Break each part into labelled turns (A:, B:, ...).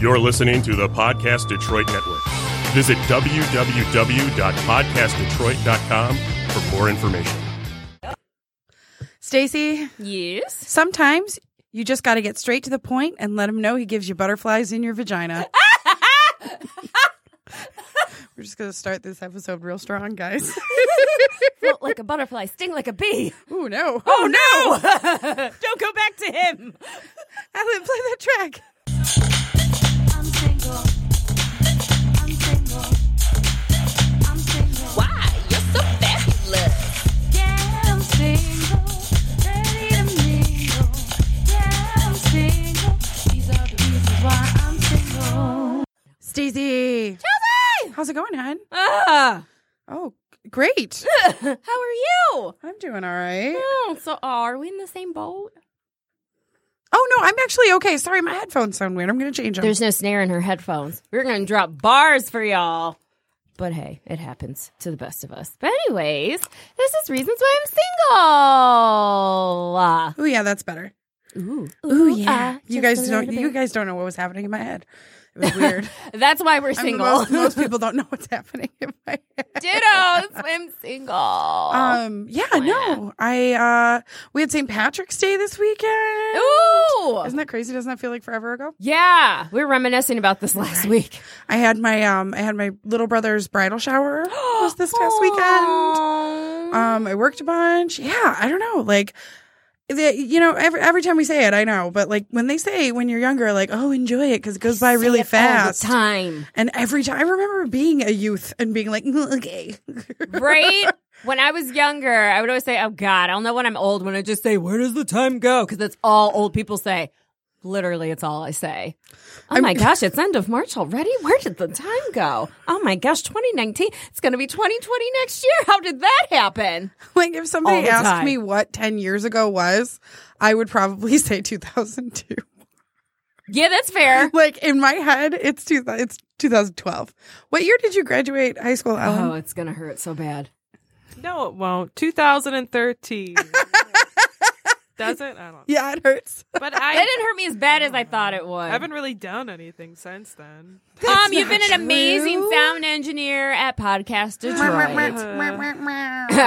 A: You're listening to the Podcast Detroit Network. Visit www.podcastdetroit.com for more information.
B: Stacy,
C: Yes.
B: sometimes you just got to get straight to the point and let him know he gives you butterflies in your vagina. We're just going to start this episode real strong, guys.
C: Float like a butterfly, sting like a bee.
B: oh, no.
C: Oh no! Don't go back to him.
B: Alan, play that track.
D: I'm single. I'm single. I'm single.
C: Why? You're so fabulous.
D: Yeah, I'm single. Ready to mingle. Yeah, I'm single. These are the reasons why I'm single.
B: Stacy. How's it going, hon?
C: Ah,
B: Oh, great.
C: how are you?
B: I'm doing all right.
C: Oh, so are we in the same boat?
B: Oh, no, I'm actually okay. Sorry, my headphones sound weird. I'm going to change them.
C: There's no snare in her headphones. We're gonna drop bars for y'all. But hey, it happens to the best of us. But anyways, this is reasons why I'm
B: oh, yeah, that's better.
C: single. Ooh, ah,
B: you
C: just
B: guys
C: a
B: don't.
C: little
B: You
C: bit.
B: guys don't know what was happening in my head. It was weird.
C: That's why we're
B: I'm the
C: single.
B: most, most people don't know what's happening in my head.
C: Ditto. I'm single.
B: Um. Yeah. No. I. Uh. We had St. Patrick's Day this weekend.
C: Ooh.
B: Isn't that crazy? Doesn't that feel like forever ago?
C: Yeah, we were reminiscing about this last week.
B: I had my um. I had my little brother's bridal shower. was this past weekend? Um, I worked a bunch. Yeah, I don't know. Like, the, you know, every every time we say it, I know, but like when they say when you're younger, like, oh, enjoy it because it goes by really fast.
C: time,
B: And every time, I remember being a youth and being like, "Mm, okay,
C: right? when I was younger, I would always say, "Oh God, I'll know when I'm old." When I just say, "Where does the time go?" Because that's all old people say. Literally, it's all I say. Oh my gosh, it's end of March already. Where did the time go? Oh my gosh, 2019. It's going to be 2020 next year. How did that happen?
B: like if somebody
C: the
B: asked
C: time.
B: me what 10 years ago was, I would probably say 2002.
C: Yeah, that's fair.
B: Like in my head, it's two, it's 2012. What year did you graduate high school, Ellen?
C: Oh, it's going to hurt so bad.
E: No, it won't. 2013. Doesn't? I don't know.
B: Yeah, it hurts.
E: But
C: That
E: I
C: didn't hurt me as bad as I thought it would.
E: haven't really done anything since then.
C: Um, you've been
B: not
C: an amazing
B: true.
C: sound engineer at Podcast Detroit.
B: hey,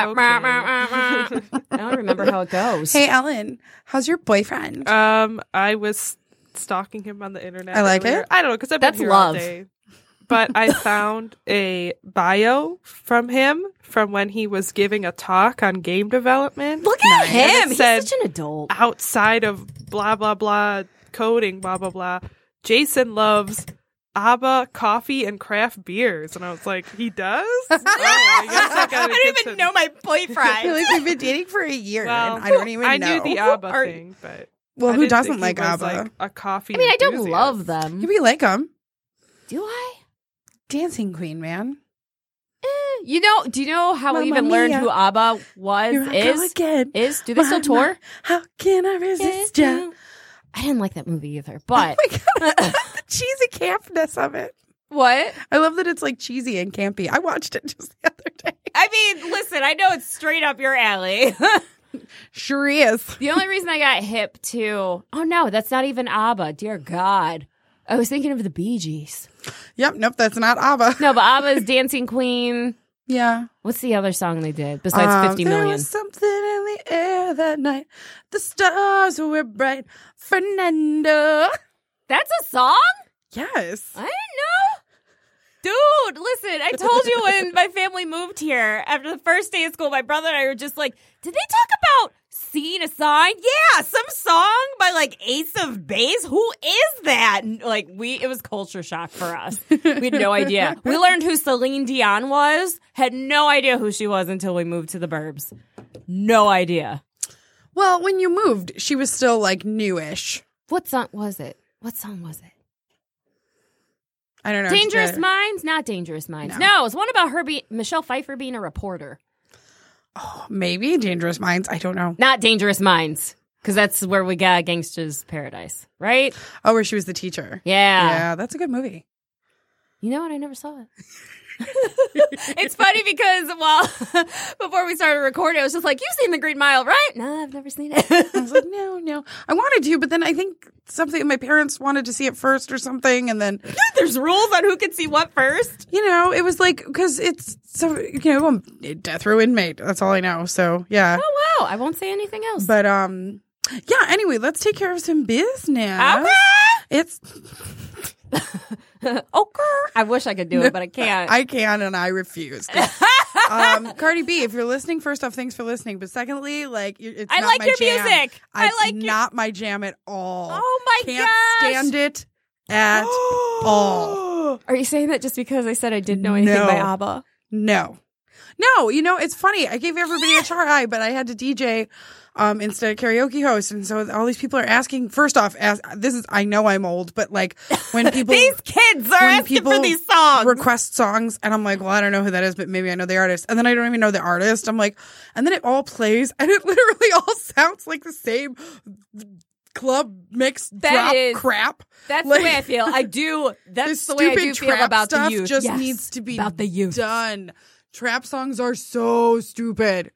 C: I don't remember how it goes.
B: Ellen, how's your boyfriend?
E: Um, I was stalking him on the internet.
B: I like
E: earlier.
B: it.
E: I don't know because I've
C: That's
E: been here
C: love.
E: all day. But I found a bio from him from when he was giving a talk on game development.
C: Look at
E: And
C: him.
E: it
C: He's
E: said-
C: such an adult.
E: outside of blah blah blah coding blah blah blah jason loves abba coffee and craft beers and i was like he does oh, I, guess I, gotta get to-
C: my
B: I feel
C: boyfriend.
B: like we've been dating for a year.
E: well,
B: and I don't even
E: I
B: know.
E: knew the abba thing but
B: Well,
E: I
B: who
E: didn't
B: doesn't
E: think he
B: like
E: was,
B: ABBA?
E: like, a coffee
C: I mean, I don't
E: enthusiast.
C: love them.
B: We like him.
C: Do I?
B: Dancing Queen, man.
C: Eh, You know? Do you know how we
B: Mamma
C: even learned
B: mia.
C: who ABBA was?
B: Here I go
C: is
B: again.
C: is? Do they still
B: Mama,
C: tour? Eh,
B: How can I resist you?
C: I didn't like that movie either.
B: Oh
C: But
B: my god, I love the cheesy campness of it.
C: what?
B: I love that it's like cheesy and campy. I watched it just the other day.
C: I mean, listen. I know it's straight up your alley.
B: Sure is.
C: The only reason I got hip to oh no, that's not even ABBA. Dear God, I was thinking of the Bee Gees.
B: Yep. Nope. That's not ABBA.
C: No, but ABBA's Dancing Queen.
B: Yeah.
C: What's the other song they did besides
B: Um,
C: Fifty
B: There
C: Million?
B: was something in the air that night. The stars were bright. Fernando.
C: That's a song.
B: Yes.
C: I didn't know. Dude, listen, I told you when my family moved here after the first day of school, my brother and I were just like, did they talk about seeing a sign? Yeah, some song by like Ace of Base. Who is that? And, Like we it was culture shock for us. We had no idea. We learned who Celine Dion was, had no idea who she was until we moved to the burbs. No idea.
B: Well, when you moved, she was still like newish.
C: What song was it? What song was it?
B: I don't know.
C: Dangerous
B: Together.
C: Minds? Not Dangerous Minds.
B: No.
C: No, it's one about her be- Michelle Pfeiffer being a reporter.
B: Maybe Dangerous Minds. I don't know.
C: Not Dangerous Minds, because that's where we got Gangster's Paradise, right?
B: Oh, where she was the teacher.
C: Yeah.
B: that's a good movie.
C: You know what? I never saw it. it's funny because well, before we started recording, I was just like, "You've seen the Green Mile, right?" No, I've never seen
B: I
C: it.
B: was like, no, no. I wanted to, but then I think something my parents wanted to see it first or something, and then
C: There's rules on who can see what first.
B: you know it was like because it's so you know I'm a death row inmate. That's all I know. So yeah,
C: Oh wow! I won't say anything else.
B: but um, yeah. Anyway, let's take care of some business. It's
C: okay. I wish I could do it, but I can't.
B: I can and I refuse. 'Cause, um, Cardi B, if you're listening, first off, thanks for listening. But secondly, like you- it's
C: I
B: not
C: like
B: my
C: your
B: jam.
C: music. I
B: It's
C: like your-
B: not my jam at all.
C: Oh my
B: Can't
C: gosh.
B: stand it at all.
C: Are you saying that just because I said I didn't know anything
B: No.
C: by ABBA?
B: No. No, you know, it's funny. I gave everybody a try, but I had to DJ um, instead of karaoke host. And so all these people are asking, first off, ask, this is, I know I'm old, but like when people.
C: These kids are
B: when
C: asking
B: people
C: for these songs.
B: request songs, and I'm like, well, I don't know who that is, but maybe I know the artist, and then I don't even know the artist. I'm like, and then it all plays, and it literally all sounds like the same club mix
C: That
B: drop
C: is-
B: crap.
C: that's
B: like-
C: the way I feel. I do.
B: This
C: That's the way I
B: stupid
C: do feel
B: trap
C: about the
B: stuff
C: youth.
B: just
C: Yes,
B: needs to be
C: about the youth.
B: done. Trap songs are so stupid.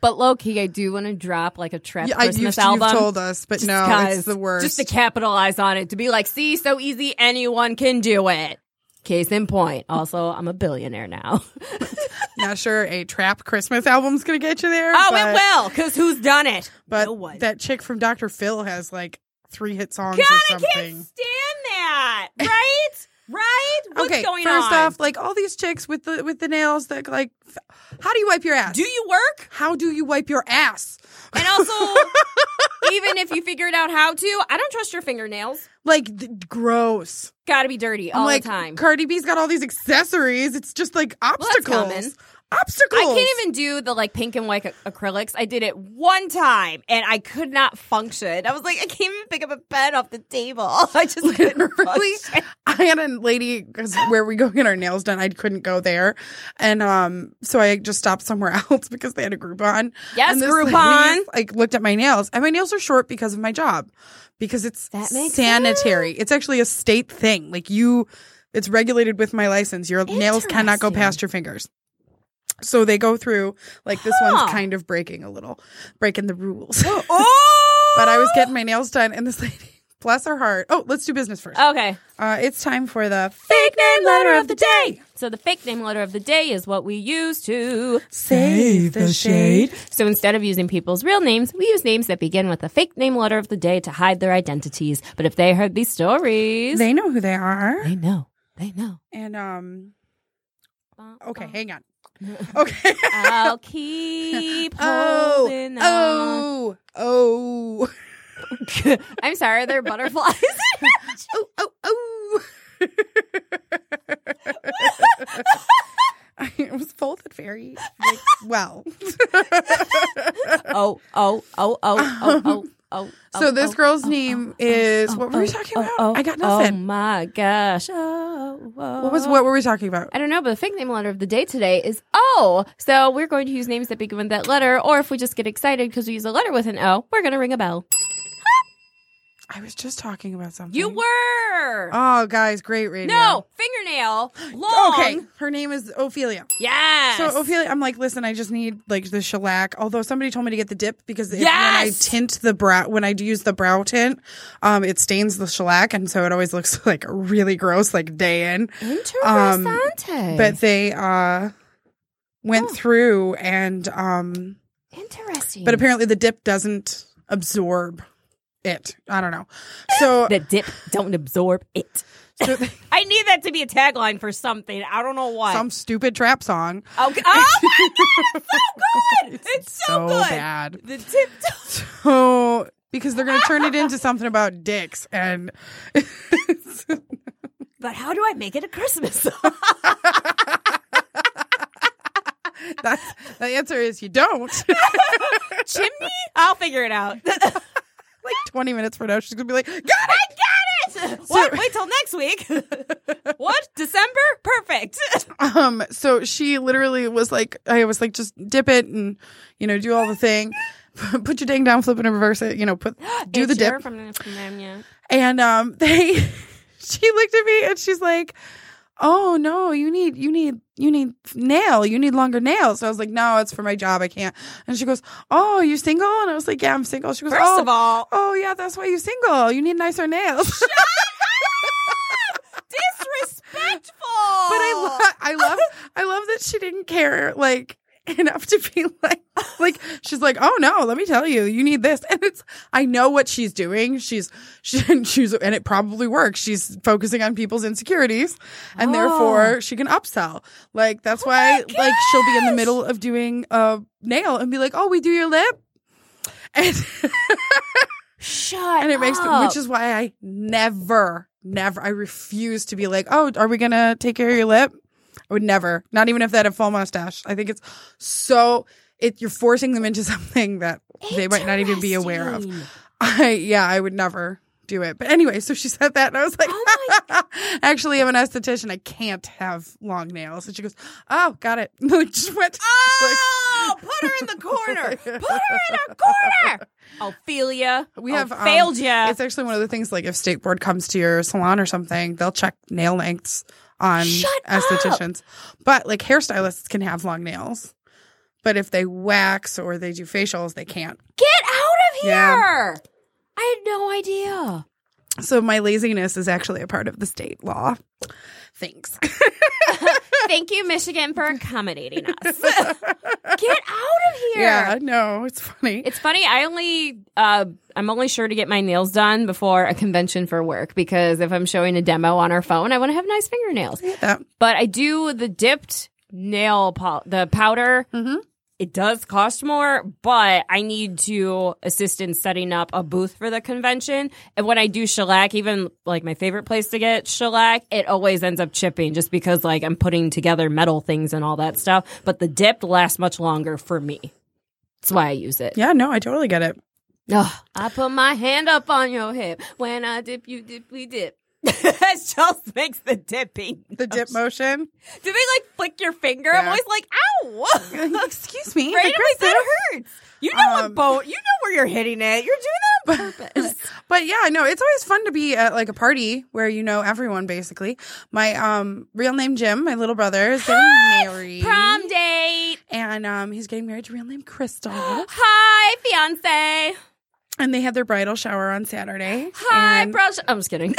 C: But low key, I do want to drop like a trap
B: Yeah, I-
C: Christmas
B: you've,
C: album.
B: you've told us, but
C: Just
B: no,
C: 'cause-
B: it's the worst.
C: Just to capitalize on it, to be like, see, so easy, anyone can do it. Case in point. Also, I'm a billionaire now.
B: Not sure a trap Christmas album's gonna get you there.
C: oh,
B: but,
C: it will, because who's done it?
B: But
C: no one.
B: that chick from Dr. Phil has like three hit songs
C: God,
B: or
C: I
B: something.
C: can't stand that. Right? right? What's
B: okay,
C: going
B: first
C: on?
B: off, like all these chicks with the with the nails that like, f- how do you wipe your ass?
C: do you work?
B: how do you wipe your ass?
C: And also, even if you figured out how to, I don't trust your fingernails.
B: Like th- gross.
C: Got to be dirty
B: I'm
C: all
B: like
C: the time.
B: Cardi B's got all these accessories. It's just like
C: that's
B: obstacles.
C: common.
B: obstacles.
C: I can't even do the like pink and white ac- acrylics. I did it one time and I could not function. I was like, I can't even pick up a pen off the table. I just couldn't
B: Literally,
C: function.
B: I had a lady because where we go get our nails done, I couldn't go there, and um, so I just stopped somewhere else because they had a Groupon.
C: Yes,
B: and this
C: Groupon.
B: lady, like looked at my nails, and my nails are short because of my job, because it's
C: That makes
B: sanitary. It's actually a state thing. Like you, it's regulated with my license. Your nails cannot go
C: Interesting.
B: past your fingers. So they go through like this one's
C: Huh.
B: kind of breaking a little, breaking the rules.
C: Oh,
B: but I was getting my nails done, and this lady, bless her heart. Oh, let's do business first.
C: okay.
B: Uh, it's time for the
C: Fake name letter of the day. So the fake name letter of the day is what we use to.
B: Save the Shade.
C: So instead of using people's real names, we use names that begin with the fake name letter of the day to hide their identities. But if they heard these stories,
B: They know who they are.
C: they know. They know.
B: And, um, okay,
C: Oh.
B: hang on. Okay.
C: I'll keep
B: Oh,
C: holding on.
B: oh, oh,
C: I'm sorry, they're butterflies.
B: oh, oh, oh. it was folded very like, well.
C: oh, oh, oh, oh, oh, oh, oh.
B: so
C: oh,
B: this
C: oh,
B: girl's
C: oh,
B: name
C: oh, oh,
B: is
C: oh,
B: what were we
C: oh,
B: talking
C: oh,
B: about?
C: oh,
B: I got
C: Oh
B: nothing.
C: my gosh. Oh, oh.
B: what was what were we talking about?
C: I don't know, but the fake name letter of the day today is O. So we're going to use names that begin with that letter, or if we just get excited because we use a letter with an O, we're going to ring a bell.
B: I was just talking about something.
C: You were.
B: Oh, guys, great radio.
C: no, fingernail. Long.
B: Okay, her name is Ophelia.
C: Yes.
B: So Ophelia, I'm like, listen, I just need like the shellac. Although somebody told me to get the dip because if, when I
C: Yes!
B: tint the brow, when I do use the brow tint, um, it stains the shellac, and so it always looks like really gross, like day in.
C: Interessante.
B: Um, But they uh
C: Oh.
B: went through and um,
C: Interesting.
B: but apparently the dip doesn't absorb it. I don't know. So
C: the dip don't absorb it.
B: so they-
C: I need that to be a tagline for something. I don't know what.
B: some stupid trap song.
C: Okay. Oh my god, it's so good. It's, so,
B: so
C: Oh, good.
B: bad.
C: The tip.
B: So because they're gonna turn it into something about dicks and.
C: But how do I make it a Christmas song?
B: That's, the answer is you don't.
C: Chimney? I'll figure it out. I
B: 20 minutes from now, she's going to be like, got it!
C: got it. What? Wait till next week. what? December? Perfect.
B: Um, so she literally was like, I was like, just dip it and, you know, do all the thing. Put your dang down, flip it and reverse it, you know, put, do the dip.
C: From, from them, yeah.
B: And, um, they, she looked at me and she's like, oh no, you need you need you need nail, you need longer nails. So I was like, no, it's for my job, I can't. And she goes, oh, you're single? And I was like, yeah, I'm single. She goes,
C: First
B: oh,
C: of all,
B: oh yeah, that's why you're single. You need nicer nails.
C: disrespectful.
B: but I love, I love, I love that she didn't care like enough to be like, like she's like, oh no, let me tell you, you need this, and it's, I know what she's doing. She's, she, and she's, and it probably works. She's focusing on people's insecurities, and therefore she can upsell. Like that's why, like she'll be in the middle of doing a nail and be like, oh, we do your lip. And,
C: Shut
B: and it makes
C: up.
B: which is why I never, never, I refuse to be like, oh, are we gonna take care of your lip? I would never, not even if they had a full mustache. I think it's so it you're forcing them into something that they might not even be aware of.
C: Interesting.
B: I yeah, I would never do it. But anyway, so she said that and I was like,
C: Oh
B: actually I'm an esthetician. I can't have long nails. And she goes, Oh, got it. Like just went
C: Oh, put her in the corner. Put her in a corner. Ophelia,
B: We have um,
C: Oh, failed ya.
B: It's actually one of the things like if state board comes to your salon or something, they'll check nail lengths on
C: Shut up.
B: estheticians. But like hairstylists can have long nails. But if they wax or they do facials, they can't.
C: Get out of here.
B: Yeah.
C: I had no idea.
B: So my laziness is actually a part of the state law. Thanks.
C: Thank you, Michigan, for accommodating us. Get out of here.
B: yeah, no, it's funny.
C: It's funny. I only, uh, I'm only sure to get my nails done before a convention for work because if I'm showing a demo on our phone, I want to have nice fingernails.
B: that.
C: But I do the dipped nail, pol- the powder.
B: Mhm.
C: It does cost more, but I need to assist in setting up a booth for the convention. And when I do shellac, even like my favorite place to get shellac, it always ends up chipping just because like I'm putting together metal things and all that stuff. But the dipped lasts much longer for me. That's why I use it.
B: Yeah, no, I totally get it.
C: Ugh. I put my hand up on your hip. When I dip, you dip, we dip. it just makes the dipping.
B: The dip motion.
C: Do they like flick your finger? I'm
B: Yeah.
C: always like, ow!
B: Excuse me.
C: right? I'm like,
B: Aggressive.
C: that hurts. You know what
B: Um,
C: boat? You know where you're hitting it. You're doing that on purpose.
B: But yeah, no, it's always fun to be at like a party where you know everyone basically. My um real name Jim, my little brother, is getting married.
C: Prom date.
B: And um he's getting married to real name Crystal.
C: Hi, fiance.
B: and they had their bridal shower on Saturday.
C: Hi,
B: and,
C: brush. I'm just kidding.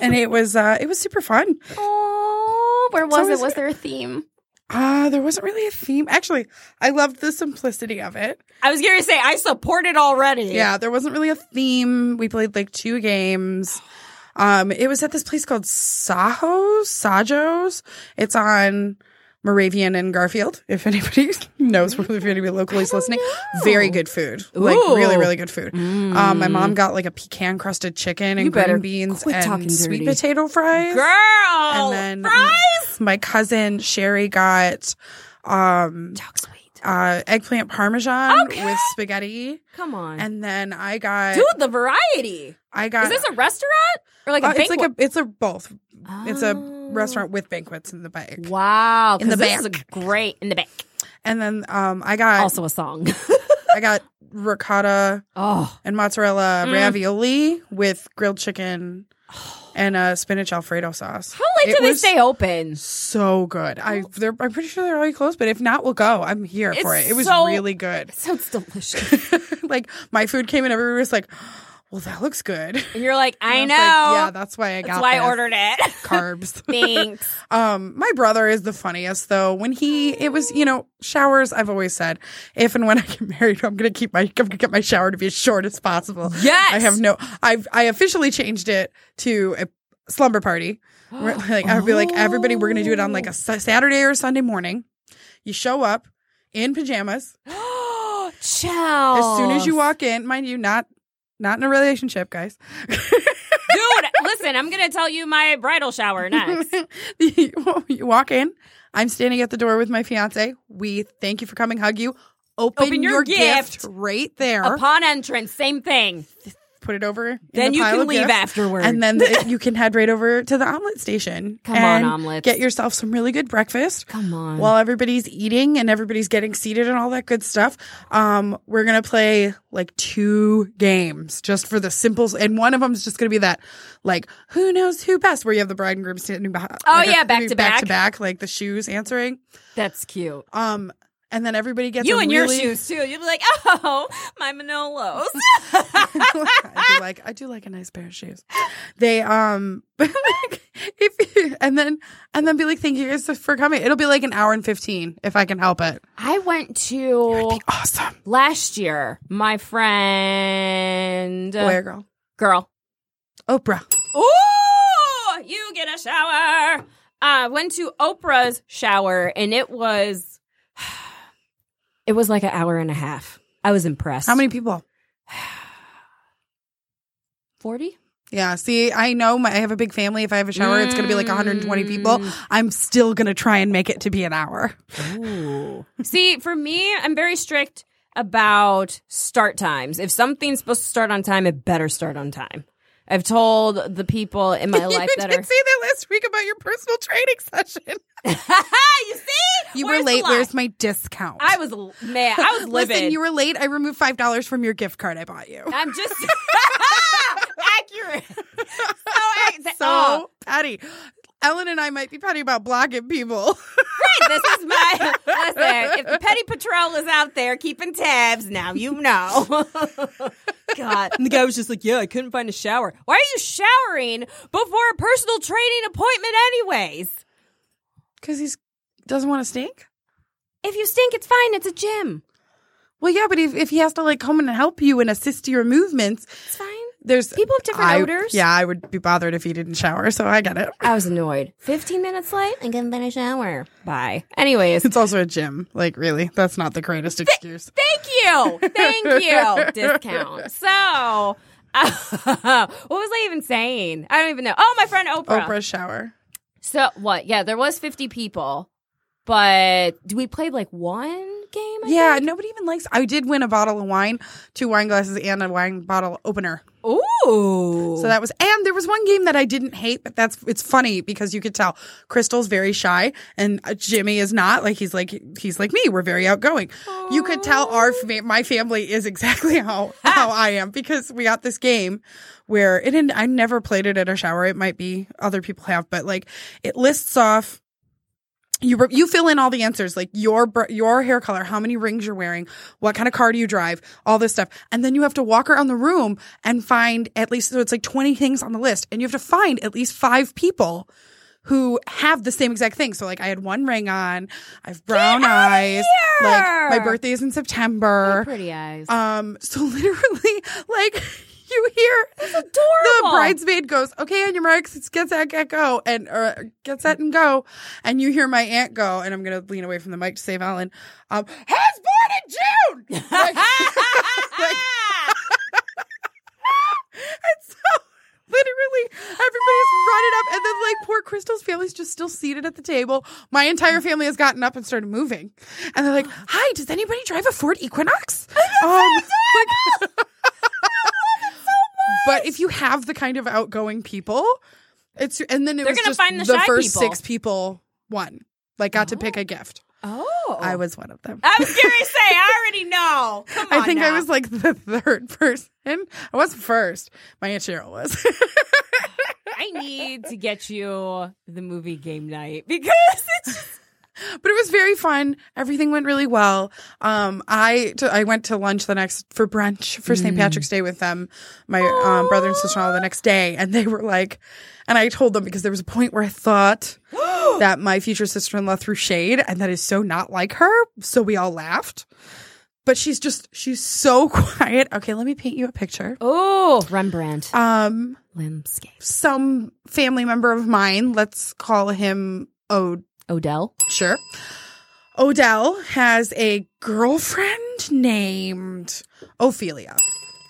B: and it was uh it was super fun.
C: oh, where was
B: always-
C: it? Was there a theme?
B: Uh there wasn't really a theme. Actually, I loved the simplicity of it.
C: I was going to say, I support it already.
B: Yeah, there wasn't really a theme. We played like two games. Um, it was at this place called Sajo's. Sajo's. It's on Moravian and Garfield. If anybody knows, if anybody locally is listening, very good food. Like
C: Mm. Oh, Ooh. Mm.
B: really, really good food. Um, my mom got like a pecan crusted chicken and
C: You better
B: green beans
C: quit talking
B: and sweet
C: dirty.
B: potato fries.
C: Girl.
B: And then um,
C: fries.
B: my cousin Sherry got um
C: Talk sweet.
B: uh eggplant parmesan
C: Okay.
B: with spaghetti.
C: Come on.
B: And then I got
C: Oh, Dude, the variety.
B: I got
C: Is this a restaurant or like a
B: Uh, it's
C: banquet?
B: like a it's a both. It's a
C: Oh.
B: restaurant with banquets in the back.
C: Wow,
B: In the
C: 'cause this is a
B: back.
C: great in the back.
B: And then um I got
C: Also a song.
B: I got ricotta
C: oh,
B: and mozzarella ravioli with grilled chicken and a spinach alfredo sauce.
C: how late
B: It
C: do they
B: was
C: stay open?
B: So good. I they're, I'm pretty sure they're already closed, but if not, we'll go. I'm here
C: It's
B: for it. It was
C: so-
B: really good.
C: Sounds delicious.
B: like my food came and everybody was like, "Well, that looks good."
C: and you're like, I
B: was
C: know.
B: like, yeah, that's why I got
C: That's why I
B: this.
C: ordered it.
B: carbs.
C: Thanks.
B: Um, my brother is the funniest though. When he, it was, you know, showers. I've always said, if and when I get married, I'm gonna keep my, I'm gonna get my shower to be as short as possible.
C: Yes!
B: I have no. I've I officially changed it to a slumber party. Where, like I'd be like, everybody, we're gonna do it on like a Sa- Saturday or Sunday morning. You show up in pajamas
C: Chow.
B: as soon as you walk in. Mind you, not not in a relationship, guys.
C: Dude, listen, I'm going to tell you my bridal shower next.
B: you walk in. I'm standing at the door with my fiance. We thank you for coming, hug you. Open,
C: Open your
B: gift.
C: gift.
B: right there.
C: Upon entrance, same thing.
B: put it over. in
C: Then
B: the
C: you
B: pile
C: can
B: of
C: leave
B: gifts,
C: afterward.
B: and then the- you can head right over to the omelet station.
C: Come on,
B: and
C: omelets.
B: Get yourself some really good breakfast.
C: Come on.
B: While everybody's eating and everybody's getting seated and all that good stuff, um, we're gonna play like two games just for the simple. And one of them's just gonna be that, like who knows who best, where you have the bride and groom standing behind.
C: Oh,
B: like,
C: yeah,
B: I
C: back
B: mean,
C: to
B: back
C: back.
B: to back, like the shoes answering.
C: That's cute.
B: Um, and then everybody gets
C: You
B: a
C: and
B: really-
C: your shoes too. You'd be like, oh, my Manolos.
B: I do like I do like a nice pair of shoes. They um if you, and then and then be like thank you guys for coming. It'll be like an hour and 15 if I can help it.
C: I went to
B: Awesome.
C: last year. My friend,
B: Boy or girl. Oh,
C: girl.
B: Oprah.
C: Ooh, you get a shower. Uh, went to Oprah's shower, and it was, it was like an hour and a half. I was impressed.
B: How many people?
C: Forty.
B: Yeah, see, I know my, I have a big family. If I have a shower, it's going to be like 120 people. I'm still going to try and make it to be an hour.
C: See, for me, I'm very strict about start times. If something's supposed to start on time, it better start on time. I've told the people in my life
B: you
C: that
B: did
C: are.
B: say that last week about your personal training session.
C: you see,
B: You were
C: Where's the
B: late.
C: lie?
B: Where's my discount?
C: I was l- mad. I was livid.
B: Listen, you were late. I removed $5 from your gift card I bought you.
C: I'm just accurate. So, ac-
B: so
C: oh,
B: petty. Ellen and I might be petty about blocking people.
C: right, this is my listen. If the petty patrol is out there keeping tabs, now you know. God, and the guy was just like, "Yeah, I couldn't find a shower. Why are you showering before a personal training appointment, anyways?
B: Because he's doesn't want to stink.
C: If you stink, it's fine. It's a gym.
B: Well, yeah, but if, if he has to like come in and help you and assist your movements,
C: It's fine."
B: there's
C: People have different
B: I-
C: odors.
B: Yeah, I would be bothered if he didn't shower, so I get it.
C: I was annoyed. Fifteen minutes late, I couldn't find a shower. Bye. Anyways,
B: It's also a gym. Like, really, that's not the greatest excuse.
C: Thank you. Thank you. Discount. So, what was I even saying? I don't even know. Oh, my friend Oprah.
B: Oprah shower.
C: So, what? Yeah, there was 50 people. But do we played like one game? I
B: Yeah,
C: think?
B: nobody even likes. I did win a bottle of wine, two wine glasses, and a wine bottle opener.
C: Ooh.
B: So that was, and there was one game that I didn't hate, but that's it's funny because you could tell Crystal's very shy and uh, Jimmy is not. Like he's like he's like me. We're very outgoing. You could tell our fa- my family is exactly how how I am because we got this game where it. didn't I never played it at a shower. It might be other people have, but like it lists off you re- you fill in all the answers like your br- your hair color, how many rings you're wearing, what kind of car do you drive, all this stuff, and then you have to walk around the room and find at least so it's like 20 things on the list, and you have to find at least five people who have the same exact thing. So like I had one ring on, I have brown eyes, like my
C: here!
B: birthday is in September.
C: pretty eyes.
B: Um, so literally, like you hear the
C: adorable.
B: bridesmaid goes, "Okay, on your marks, it's get set, get go," and or get set and go, and you hear my aunt go, and I'm gonna lean away from the mic to save Ellen. Um, has born in June. Like- like- and so literally everybody's running up, and then like poor Crystal's family's just still seated at the table. My entire family has gotten up and started moving, and they're like, "Hi, does anybody drive a Ford Equinox?" Um, but if you have the kind of outgoing people, it's and then it
C: They're
B: was
C: gonna
B: just
C: find the shy
B: first
C: people.
B: six people won, like got to pick a gift.
C: oh.
B: I was one of them.
C: I was going to say, I already know. Come on
B: I think
C: now.
B: I was like the third person. I wasn't first. My aunt Cheryl was.
C: I need to get you the movie game night because it's just
B: but it was very fun. Everything went really well. Um, I t- I went to lunch the next for brunch for St. Patrick's Day with them, my um, brother and sister in law the next day, and they were like, and I told them because there was a point where I thought that my future sister in law threw shade, and that is so not like her. So we all laughed. But she's just she's so quiet. Okay, let me paint you a picture.
C: Oh, Rembrandt.
B: Um,
C: Limscape.
B: some family member of mine, let's call him Od
C: Odell.
B: sure. Odell has a girlfriend named Ophelia.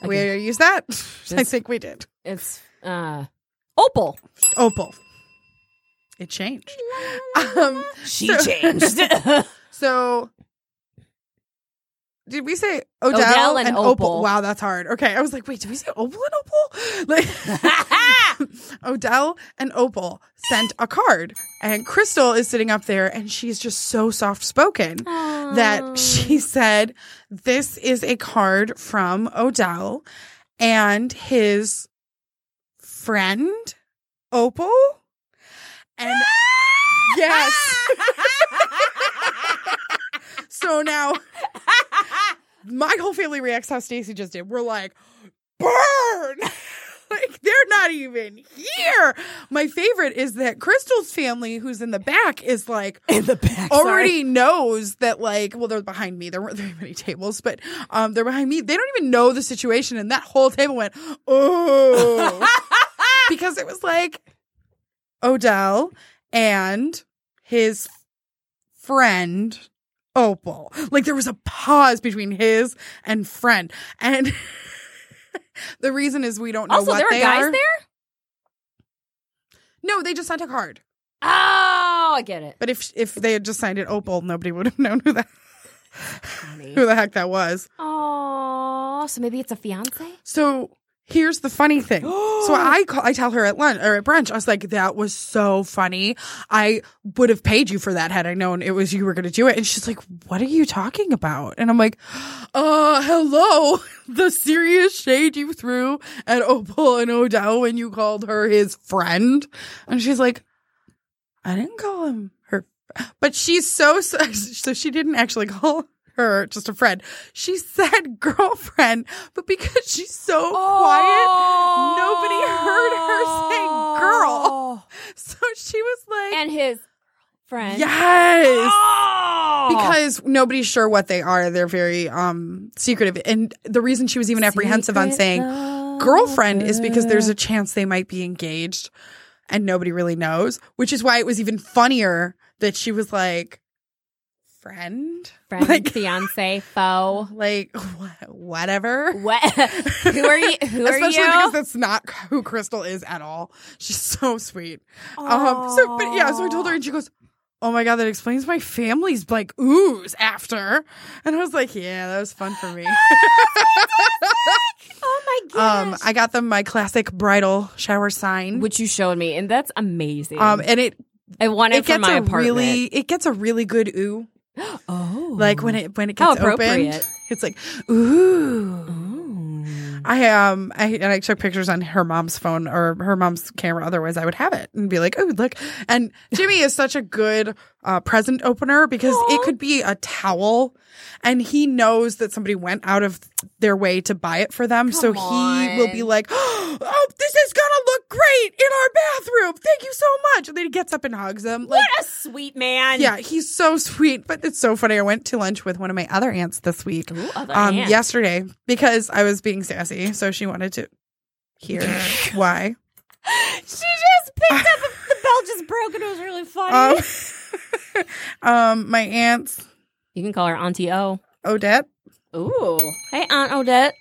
B: We
C: Okay.
B: use that. I
C: Yes.
B: think we did.
C: It's uh Opal.
B: Opal. It changed. Um,
C: She
B: So-
C: changed.
B: so did we say Odell,
C: Odell and
B: and, Opal.
C: Opal.
B: Wow, that's hard. Okay, I was like, wait, did we say Opal and Opal? Like, Odell and Opal sent a card, and Crystal is sitting up there, and she's just so soft spoken that she said, "This is a card from Odell and his friend Opal." And yes. So now my whole family reacts how Stacy just did. We're like, burn! like they're not even here. My favorite is that Crystal's family, who's in the back, is like in the back already knows that like well they're behind me. There weren't very many tables, but um they're behind me. They don't even know the situation, and that whole table went oh
C: Ah!
B: because it was like Odell and his friend Opal. Like there was a pause between his and friend. And the reason is we don't know
C: also,
B: what
C: there were
B: they
C: guys
B: are.
C: there.
B: No, they just sent a card.
C: Oh, I get it.
B: But if if they had just signed it Opal, nobody would have known who the
C: Funny.
B: who the heck that was.
C: Oh, so maybe it's a fiance.
B: So here's the funny thing. so I call, I tell her at lunch or at brunch, I was like, that was so funny. I would have paid you for that had I known it was you were going to do it. And she's like, what are you talking about? And I'm like, uh, hello, the serious shade you threw at Opal and Odell when you called her his friend. And she's like, I didn't call him her, but she's so, so, so she didn't actually call her just a friend. She said girlfriend, but because she's so
C: Oh.
B: quiet, so she was like,
C: And his friend.
B: yes.
C: Oh.
B: Because nobody's sure what they are. They're very um secretive. And the reason she was even apprehensive on saying girlfriend is because
C: Oh.
B: there's a chance they might be engaged and nobody really knows, which is why it was even funnier that she was like, friend?
C: friend,
B: like-
C: fiance, foe.
B: Like, wh- whatever.
C: What? who are you? Who are
B: Especially
C: you?
B: because that's not who Crystal is at all. She's so sweet. Um, so, but yeah, so I told her, and she goes, "Oh my god, that explains my family's like ooze after." And I was like, "Yeah, that was fun for me."
C: oh my gosh.
B: um, I got them my classic bridal shower sign.
C: which you showed me, and that's amazing.
B: um, and it
C: I want it,
B: it
C: for
B: gets
C: my
B: a
C: apartment.
B: really it gets a really good ooh.
C: oh,
B: Like when it when it
C: How
B: gets opened,
C: appropriate.
B: it's like ooh.
C: Oh.
B: I um I and I took pictures on her mom's phone or her mom's camera. Otherwise, I would have it and be like, "Oh, look!" And Jimmy is such a good uh, present opener because it could be a towel, and he knows that somebody went out of their way to buy it for them. so
C: Come
B: he will be
C: on.
B: like, "Oh, this is gonna look great in our bathroom. Thank you so much." And then he gets up and hugs them. Like,
C: what a sweet man.
B: yeah, he's so sweet, but it's so funny. I went to lunch with one of my other aunts this week.
C: other
B: um
C: aunt.
B: yesterday because I was being sassy, so she wanted to hear why.
C: she just picked up the bell, just broke, and it was really funny.
B: Um, um my aunt's
C: you can call her Auntie O.
B: Odette.
C: Ooh, hey Aunt Odette.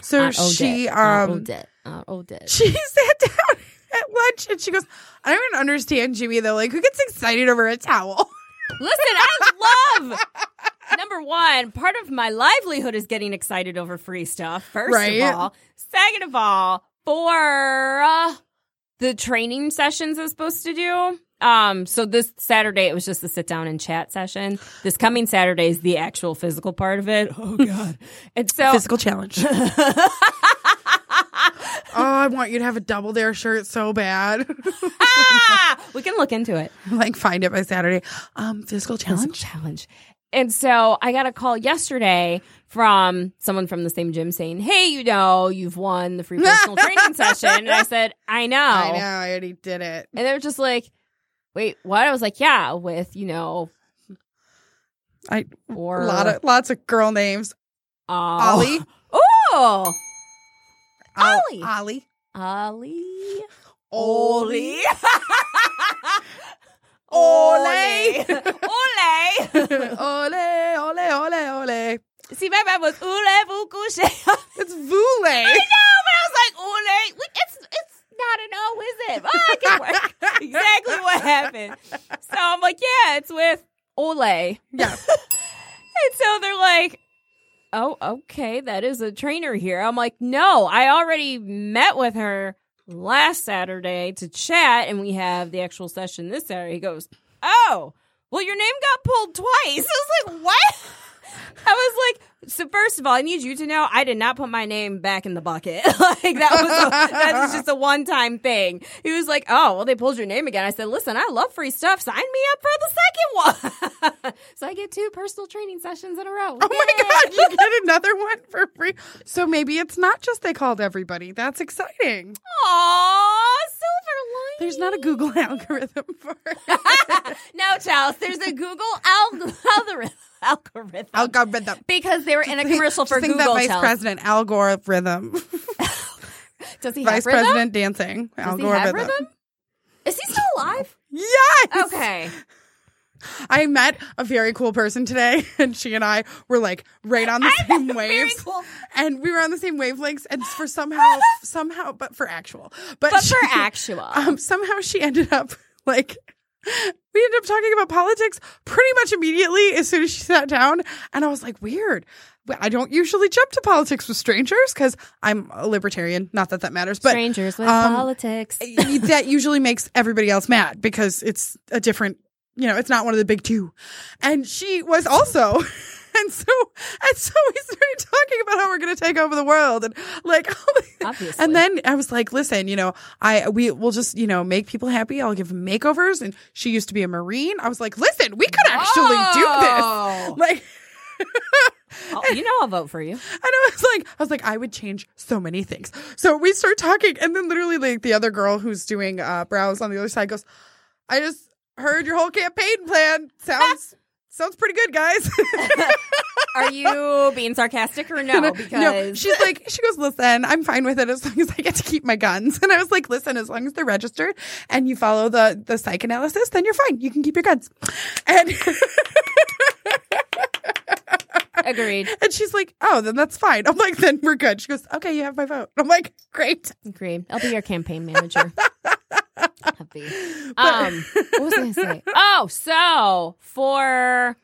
B: So
C: Aunt Odette.
B: she
C: Aunt
B: um
C: Odette. Aunt Odette.
B: she sat down at lunch and she goes, I don't even understand Jimmy though. Like who gets excited over a towel?
C: Listen, I love. Number one, part of my livelihood is getting excited over free stuff, first
B: Right.
C: of all. Second of all, for uh, the training sessions I'm supposed to do. Um, so this Saturday, it was just the sit down and chat session. This coming Saturday is the actual physical part of it. Oh, God. And so,
B: Physical challenge. oh, I want you to have a double dare shirt so bad.
C: ah, we can look into it.
B: like find it by Saturday. Um, physical
C: Physical
B: challenge.
C: challenge. And so I got a call yesterday from someone from the same gym saying, Hey, you know, you've won the free personal training session. And I said, I know.
B: I know, I already did it.
C: And they were just like, Wait, what? I was like, Yeah, with, you know,
B: I
C: or
B: a lot of lots of girl names.
C: uh,
B: Ollie.
C: Oh,
B: Ol-
C: Ollie.
B: Ollie.
C: Ollie.
B: Ollie.
C: Ole. Ole.
B: ole, ole, ole, ole.
C: See, my bad was Ole Bukushe.
B: It's Vule.
C: no, but I was like, Ole, we- it's it's not an O, is it? Oh, I can work. exactly what happened. So I'm like, yeah, it's with Ole.
B: Yeah.
C: And so they're like, oh, okay, that is a trainer here. I'm like, no, I already met with her last Saturday to chat, and we have the actual session this Saturday. He goes, oh, well, your name got pulled twice. I was like, what? I was like, so first of all, I need you to know I did not put my name back in the bucket. like that was a, that was just a one time thing. He was like, oh well, they pulled your name again. I said, listen, I love free stuff. Sign me up for the second one. so I get two personal training sessions in a row.
B: Oh my god, you get another one for free. So maybe it's not just they called everybody. That's exciting.
C: Aww, silver lining.
B: There's not a Google algorithm for it.
C: no, Charles. There's a Google al- algorithm. Algorithm.
B: algorithm.
C: because they were in a commercial for
B: Just think
C: Google.
B: that Vice
C: Chels.
B: President algorithm.
C: Does he
B: Vice
C: have rhythm?
B: President dancing.
C: Does he
B: algorithm.
C: have rhythm? Oh, Is he still alive?
B: Yes.
C: Okay.
B: I met a very cool person today, and she and I were like right on the same
C: Very
B: waves,
C: cool.
B: and we were on the same wavelengths. And for somehow, somehow, but for actual, but,
C: But for
B: she-
C: actual.
B: um, somehow she ended up like we ended up talking about politics pretty much immediately as soon as she sat down, and I was like, weird. But I don't usually jump to politics with strangers because I'm a libertarian. Not that that matters, but
C: Strangers with
B: um,
C: politics.
B: that usually makes everybody else mad because it's a different, you know, it's not one of the big two. And she was also. And so, and so we started talking about how we're going to take over the world and like, all the-
C: Obviously.
B: and then I was like, listen, you know, I, we will just, you know, make people happy. I'll give them makeovers. And she used to be a Marine. I was like, listen, we could actually
C: Whoa.
B: do this. Like,
C: Oh, you know I'll vote for you.
B: and I was like, I was like, I would change so many things. So we start talking, and then literally, like the other girl who's doing uh, brows on the other side goes, "I just heard your whole campaign plan sounds sounds pretty good, guys."
C: Are you being sarcastic or no? Because
B: no, she's like, she goes, "Listen, I'm fine with it as long as I get to keep my guns." And I was like, "Listen, as long as they're registered and you follow the the psych analysis, then you're fine. You can keep your guns." And
C: agreed.
B: and she's like, "Oh, then that's fine." I'm like, "Then we're good." She goes, "Okay, you have my vote." I'm like, "Great."
C: Agreed. I'll be your campaign manager. Happy. Um, what was I going to say? Oh, so for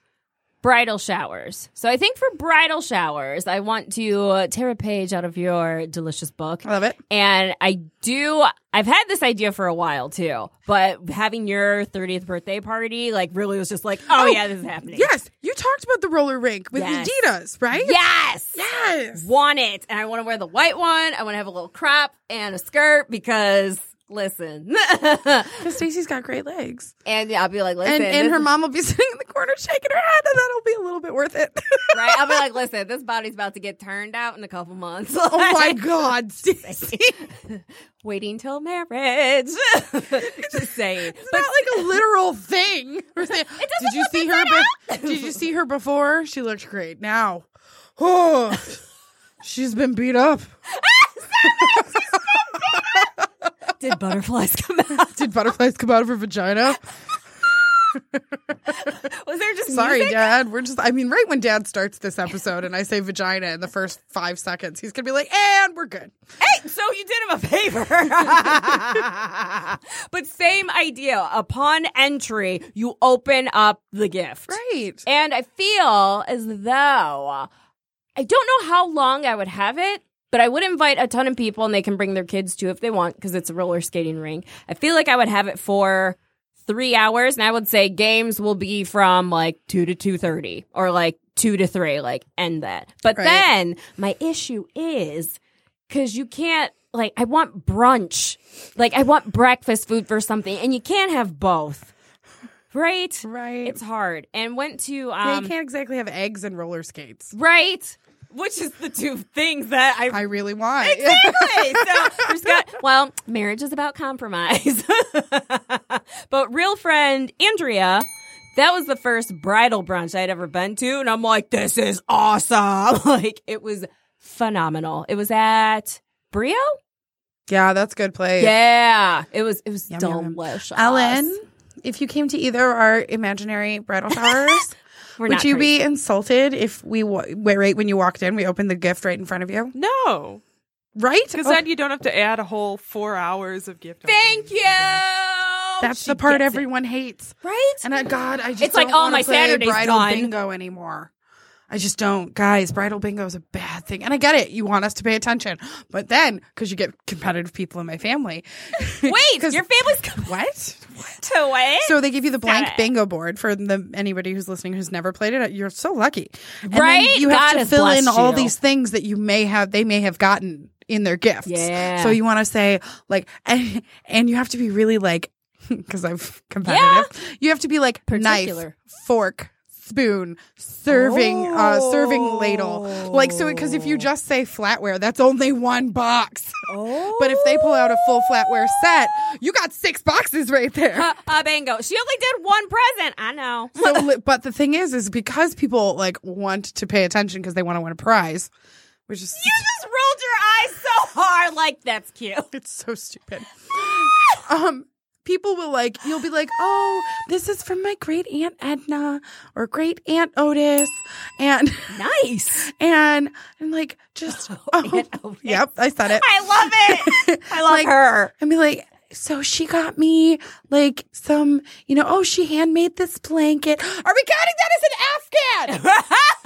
C: bridal showers. So I think for bridal showers, I want to uh, tear a page out of your delicious book.
B: I love it.
C: And I do, I've had this idea for a while too, but having your 30th birthday party, like, really was just like, oh, yeah, this is happening.
B: Yes, you talked about the roller rink with
C: Yes.
B: Adidas, right?
C: Yes.
B: Yes.
C: want it. And I want to wear the white one. I want to have a little crop and a skirt because listen.
B: Because Stacy's got great legs.
C: and I'll be like, listen.
B: And and
C: this
B: her
C: is-
B: mom will be sitting in the corner shaking her head, and that'll be a little bit worth it.
C: right? I'll be like, listen, this body's about to get turned out in a couple months.
B: oh my God, Stacy.
C: Waiting till marriage. Just saying.
B: It's
C: But
B: not like a literal thing. We're saying, did you see her? be- did you see her before? She looked great. Now, oh, she's been beat up.
C: did butterflies come out?
B: Did butterflies come out of her vagina?
C: Was there just
B: Sorry,
C: music?
B: Dad. We're just, I mean, right when Dad starts this episode and I say vagina in the first five seconds, he's going to be like, and we're good.
C: Hey, so you did him a favor. but same idea. Upon entry, you open up the gift.
B: Right.
C: And I feel as though I don't know how long I would have it, but I would invite a ton of people and they can bring their kids too if they want because it's a roller skating rink. I feel like I would have it for three hours and I would say games will be from like two to two thirty or like two to three, like end that. But
B: Right.
C: then my issue is because you can't like I want brunch. Like I want breakfast food for something and you can't have both. Right?
B: Right.
C: It's hard. And went to um
B: Yeah, you can't exactly have eggs and roller skates.
C: Right. Which is the two things that I
B: I really want.
C: exactly. so there's got well, marriage is about compromise. but real friend Andrea, that was the first bridal brunch I'd ever been to, and I'm like, this is awesome. Like it was phenomenal. It was at Brio.
B: yeah, that's good play.
C: Yeah, it was. It was
B: Yum, yum, yum.
C: delicious.
B: Ellen, if you came to either of our imaginary bridal showers,
C: We're
B: would
C: not
B: you
C: crazy.
B: be insulted if we, wa- wait, right when you walked in, we opened the gift right in front of you?
E: No,
B: Right?
E: because
B: Oh,
E: then you don't have to add a whole four hours of gift.
C: Thank you.
B: that's
C: She
B: the part
C: gets it.
B: everyone hates.
C: right?
B: And I, God, I just
C: It's like,
B: don't
C: oh,
B: wanna
C: my
B: play
C: Saturday's
B: bridal
C: gone.
B: bingo anymore. I just don't. Guys, bridal bingo is a bad thing. And I get it. You want us to pay attention. But then, because you get competitive people in my family.
C: Wait,
B: 'Cause-
C: your family's coming
B: What?
C: to what?
B: So they give you the blank
C: it.
B: bingo board for the anybody who's listening who's never played it. You're so lucky, And then
C: Right?
B: you have
C: God
B: to
C: has
B: fill in
C: blessed
B: all
C: you.
B: these things that you may have they may have gotten in their gifts.
C: Yeah.
B: So you want to say like, and, and you have to be really like, because I'm competitive. You have to be like knife,
C: Particular.
B: fork, spoon, serving, uh, serving ladle. Like so, because if you
C: Oh.
B: just say flatware, that's only one box.
C: oh.
B: But if they pull out a full flatware set, you got six boxes right there.
C: Uh, uh, bingo. She only did one present. I know.
B: So, li- but the thing is, is because people like want to pay attention because they want to win a prize, which is
C: You just rolled your eyes so hard, like that's cute.
B: it's so stupid. um, people will like you'll be like, oh, this is from my great aunt Edna or great aunt Otis, and
C: Nice.
B: and and like just oh,
C: Otis.
B: yep, I said it.
C: I love it. I love
B: Like-
C: her.
B: and be like, so she got me like some, you know, oh, she handmade this blanket. Are we counting that as an Afghan?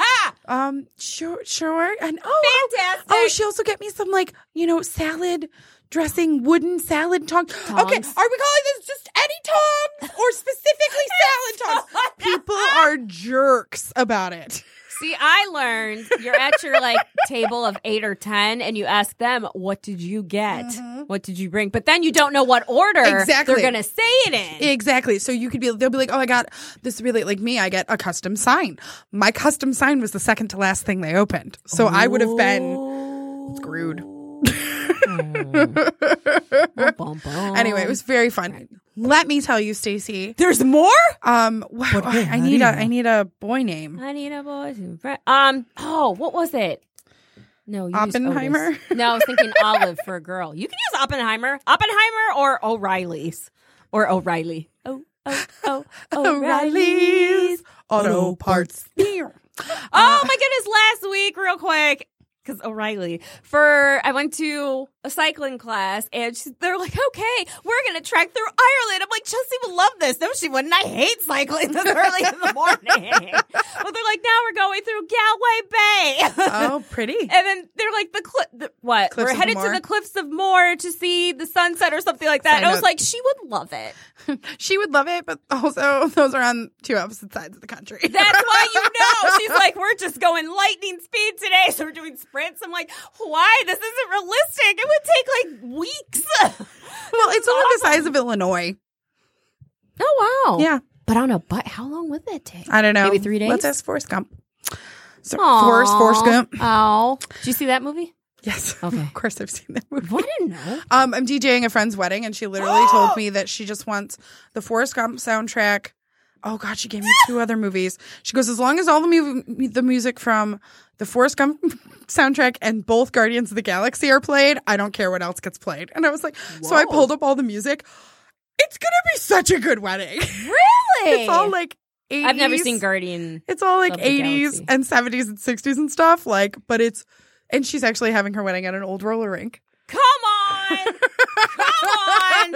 B: um, sure, sure. And oh,
C: Fantastic.
B: oh, she also get me some like, you know, salad dressing, wooden salad tongs. Okay, are we
C: Tongs.
B: calling this just any tongs or specifically salad tongs? People are jerks about it.
C: See, I learned you're at your like table of eight or ten, and you ask them, "What did you get? What did you bring?" But then you don't know what order
B: Mm-hmm. Exactly.
C: they're gonna say it in.
B: Exactly. So you could be, they'll be like, oh, I got this really, like me, I get a custom sign. My custom sign was the second to last thing they opened. So I would have been Oh. screwed. Anyway, it was very fun. Let me tell you, Stacy.
C: There's more.
B: Um, wow, I need a, I need a boy name.
C: I need a boy. to fri- Um. Oh, what was it? No, you used
B: Oppenheimer?
C: Otis. No, I was thinking Olive for a girl. You can use Oppenheimer, Oppenheimer, or O'Reilly's, or O'Reilly. Oh, oh, oh, O'Reilly's.
B: Auto Parts. Uh,
C: Oh my goodness! Last week, real quick, because O'Reilly for I went to a cycling class, and she, they're like, "Okay, we're gonna trek through Ireland." I'm like, "Chelsea would love this." No, she wouldn't. I hate cycling this early in the morning. but they're like, "Now we're going through Galway Bay."
B: Oh, pretty.
C: And then they're like the, cli- the what?
B: Cliffs
C: We're
B: of
C: headed
B: Moher?
C: to the cliffs of Moore to see the sunset or something like that.
B: Side
C: and I was
B: note.
C: like, she would love it.
B: She would love it, but also those are on two opposite sides of the country.
C: That's why you know. She's like, we're just going lightning speed today, so we're doing sprints. I'm like, why? This isn't realistic. It would take like weeks.
B: well, it's only the size of Illinois.
C: oh wow.
B: Yeah.
C: But on a butt, how long would that take?
B: I don't know.
C: Maybe three days?
B: Let's ask Forrest Gump. So, Forrest, Forrest Gump.
C: Oh, did you see that movie?
B: Yes.
C: Okay.
B: Of course, I've seen that movie.
C: I didn't know.
B: Um, I'm DJing a friend's wedding, and she literally told me that she just wants the Forrest Gump soundtrack. Oh God, she gave me two other movies. She goes as long as all the mu- the music from the Forrest Gump soundtrack and both Guardians of the Galaxy are played. I don't care what else gets played. And I was like, so I pulled up all the music. It's gonna be such a good wedding.
C: Really?
B: it's all like 80s.
C: I've never seen Guardian.
B: It's all like
C: Of the
B: 80s
C: Galaxy.
B: and 70s and 60s and stuff. Like, but it's and she's actually having her wedding at an old roller rink.
C: Come on. Come on.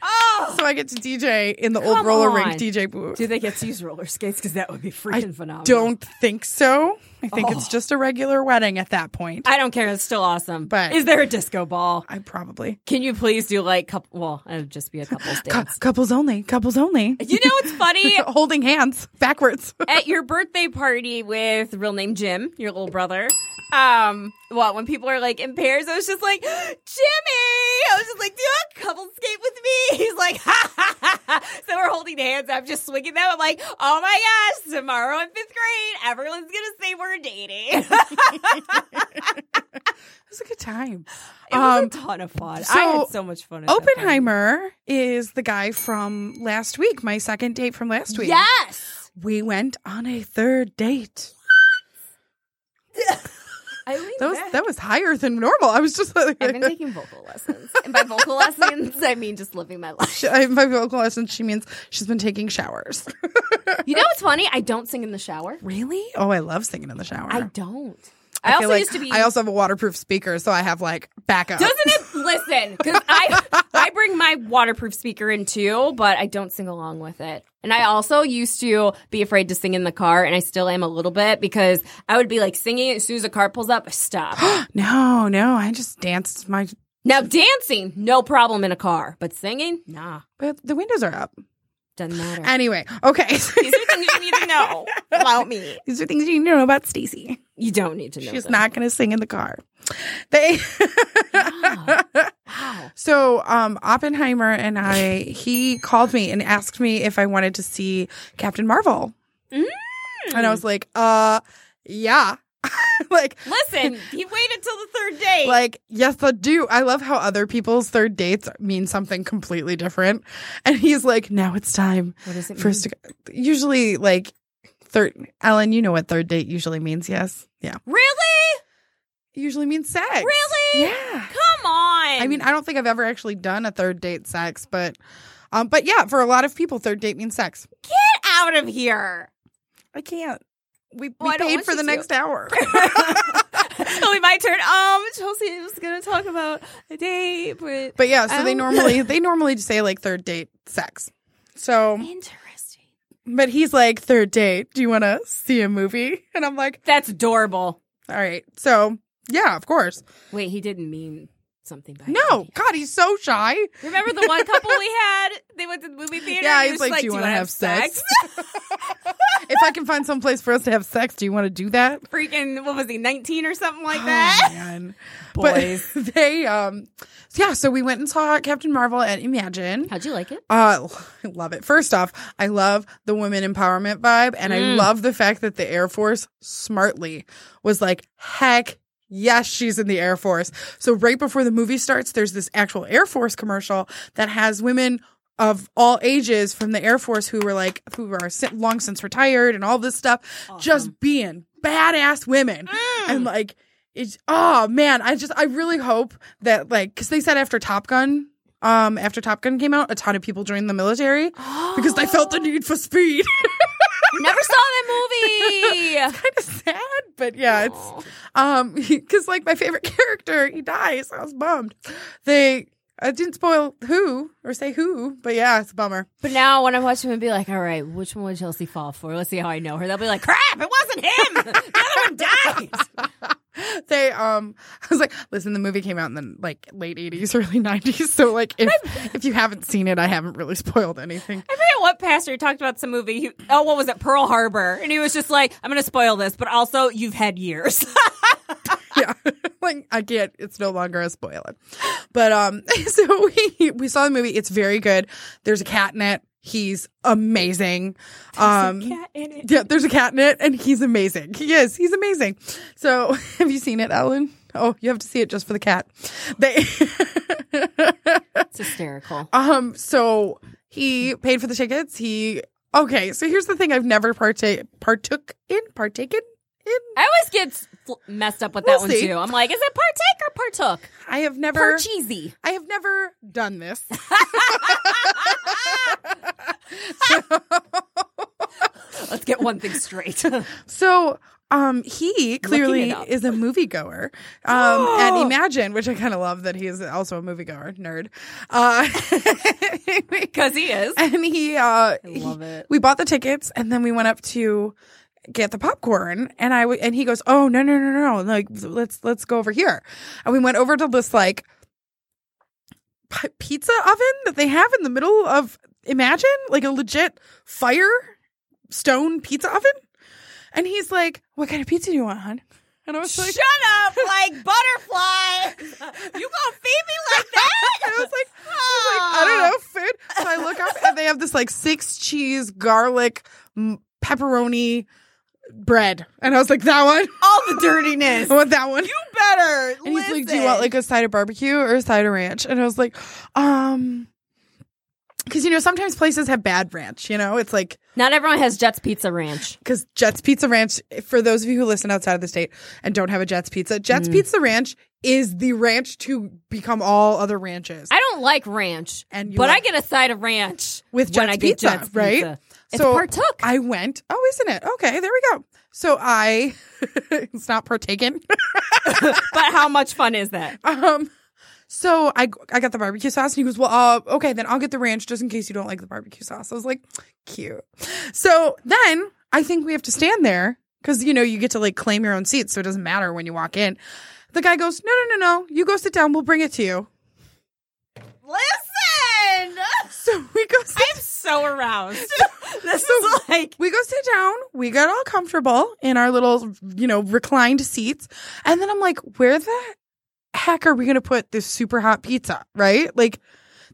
C: Oh.
B: So I get to DJ in the old
C: Come
B: roller
C: on.
B: rink DJ booth.
C: Do they get to use roller skates? Because that would be freaking phenomenal.
B: Don't think so. I think
C: Oh.
B: it's just a regular wedding at that point. I,
C: I don't care. It's still awesome.
B: But-
C: is there a disco ball?
B: probably
C: Can you please do like couple? Well, it would just be a couple's
B: Cou-
C: dance.
B: couples only. Couples only.
C: you know what's funny?
B: Holding hands backwards.
C: At your birthday party with real name Jim, your little brother. Um, well, when people are like in pairs, I was just like, Jimmy. I was just like, do you want a couple skate with me? He's like, ha ha ha. ha. So we're holding hands. I'm just swinging them. I'm like, oh my gosh, tomorrow in fifth grade, everyone's gonna say we're dating.
B: It was a good time.
C: It was a ton of fun. I
B: Um, so
C: had so much fun. At that party.
B: Oppenheimer is the guy from last week, my second date from last week.
C: Yes.
B: We went on a third date.
C: I lean
B: That was
C: back.
B: that was higher than normal. I was just like
C: I've been taking vocal lessons. And by vocal lessons, I mean just living my life.
B: I- my vocal lessons, she means she's been taking showers.
C: You know what's funny? I don't sing in the shower.
B: really? Oh, I love singing in the shower.
C: I don't. I, also
B: feel like
C: used to be.
B: I also have a waterproof speaker, so I have like backup.
C: doesn't it listen? Because I I bring my waterproof speaker in too, but I don't sing along with it. And I also used to be afraid to sing in the car, and I still am a little bit because I would be like singing as soon as the car pulls up, I stop.
B: no, no. I just danced my.
C: now dancing, no problem in a car, but singing, nah,
B: But the windows are up.
C: doesn't matter.
B: Anyway, okay.
C: These are things you need to know about me.
B: These are things you need to know about Stacy.
C: You don't need to know.
B: She's
C: them.
B: not going to sing in the car. They.
C: Wow.
B: So, um, Oppenheimer and I, he called me and asked me if I wanted to see Captain Marvel. And
C: Hmm.
B: I was like, uh, yeah. like,
C: Listen, he waited till the third day.
B: like, yes, I do. I love how other people's third dates mean something completely different. And he's like, now it's time
C: what does it
B: for us to go. Usually, like, third, Ellen, you know what third date usually means, yes? Yeah.
C: mean? Really?
B: Usually means sex.
C: Really?
B: Yeah.
C: Come on.
B: I mean, I don't think I've ever actually done a third date sex, but um but yeah, for a lot of people third date means sex.
C: get out of here.
B: I can't. We, we
C: Oh, I don't
B: paid
C: want
B: for
C: you
B: the
C: to.
B: next hour.
C: Only my turn. Um, Chelsea was gonna talk about a date, but,
B: but yeah, so they
C: Um.
B: normally they normally just say like third date sex. So,
C: interesting.
B: but he's like third date, do you want to see a movie? And I'm like,
C: That's adorable.
B: all right. So, yeah, of course.
C: Wait, he didn't mean something by
B: No, god, he's so shy.
C: Remember the one couple we had? They went to the movie theater.
B: Yeah,
C: and he
B: he's
C: was
B: like, "Do you
C: "Do you
B: wanna
C: wanna
B: have sex?" if I can find some place for us to have sex, do you want to do that?
C: Freaking, what was he, 19 or something like
B: Oh,
C: that?
B: man. But they um yeah, so we went and saw Captain Marvel at Imagine.
C: How'd you like it?
B: Uh I love it. First off, I love the women empowerment vibe and I love the fact that the Air Force smartly was like, heck Yes, she's in the Air Force. So right before the movie starts, there's this actual Air Force commercial that has women of all ages from the Air Force who were like who are si- long since retired and all this stuff, just being badass women and like it's oh man i just i really hope that like because they said after top gun um after top gun came out a ton of people joined the military because they felt the need for speed
C: Never saw that movie.
B: kind of sad but yeah it's um because like my favorite character he dies i was bummed they i didn't spoil who or say who but yeah it's a bummer
C: but now when I watch him and be like, all right, which one would Chelsea fall for? Let's see how I know her. They'll be like, crap, it wasn't him. the other one died.
B: they um i was like listen the movie came out in the like late 80s early 90s so like if if you haven't seen it i haven't really spoiled anything
C: I forget what pastor talked about some movie. He, oh, what was it? Pearl Harbor. And he was just like, I'm going to spoil this, but also you've had years.
B: yeah. like I can't. It's no longer a spoiler. But um, so we we saw the movie. It's very good. There's a cat in it. He's amazing. um,
C: cat in it.
B: Yeah, there's a cat in it, and he's amazing. He is. He's amazing. So have you seen it, Ellen? Oh, you have to see it just for the cat. They.
C: It's hysterical.
B: Um, so he paid for the tickets. He okay. So here's the thing: I've never partake partook in partaken in.
C: I always get fl- messed up with
B: We'll
C: that one
B: see.
C: too. I'm like, is it partake or partook?
B: I have never.
C: Parcheesi.
B: I have never done this.
C: Let's get one thing straight. Wait,
B: So um he clearly
C: it up.
B: is a moviegoer. Um at Imagine, which I kind of love that he is also a moviegoer, nerd. Uh
C: 'Cause he is.
B: And he uh
C: love
B: he-
C: it.
B: we bought the tickets and then we went up to get the popcorn and I w- and he goes, "Oh, no no no no, like let's let's go over here." And we went over to this like p- pizza oven that they have in the middle of Imagine, like a legit fire stone pizza oven. And he's like, "What kind of pizza do you want, hon?" And I was like,
C: Shut up, like butterfly. You gonna feed me like that?
B: I was like, I don't know,
C: Ah.
B: food. So I look up and they have this like six cheese garlic m- pepperoni bread, and I was like, that one.
C: All the dirtiness.
B: I want that one.
C: You better.
B: and he's like, do you want like a side of barbecue or a side of ranch? And I was like, um, because you know sometimes places have bad ranch. You know, it's like
C: Not everyone has Jets Pizza Ranch.
B: because Jets Pizza Ranch, for those of you who listen outside of the state and don't have a Jets Pizza,
C: Mm.
B: Jets Pizza Ranch is the ranch to become all other ranches.
C: I don't like ranch,
B: And you
C: but
B: like-
C: I get a side of ranch
B: With
C: when
B: Jets
C: I get
B: Pizza,
C: Jets
B: right?
C: Pizza. It's
B: So
C: partook.
B: I went. Oh, isn't it? Okay, there we go. So I, it's not partaken.
C: but how much fun is that?
B: Um, so I I got the barbecue sauce, and he goes, "Well, uh, okay, then I'll get the ranch just in case you don't like the barbecue sauce." I was like, "Cute." So then I think we have to stand there because you know you get to like claim your own seat, so it doesn't matter when you walk in. The guy goes, "No, no, no, no. You go sit down. We'll bring it to you."
C: Listen,
B: So we go. Sit-
C: I'm so aroused. this is like
B: we go sit down. We got all comfortable in our little, you know, reclined seats. And then I'm like, where the heck are we going to put this super hot pizza? Right? Like,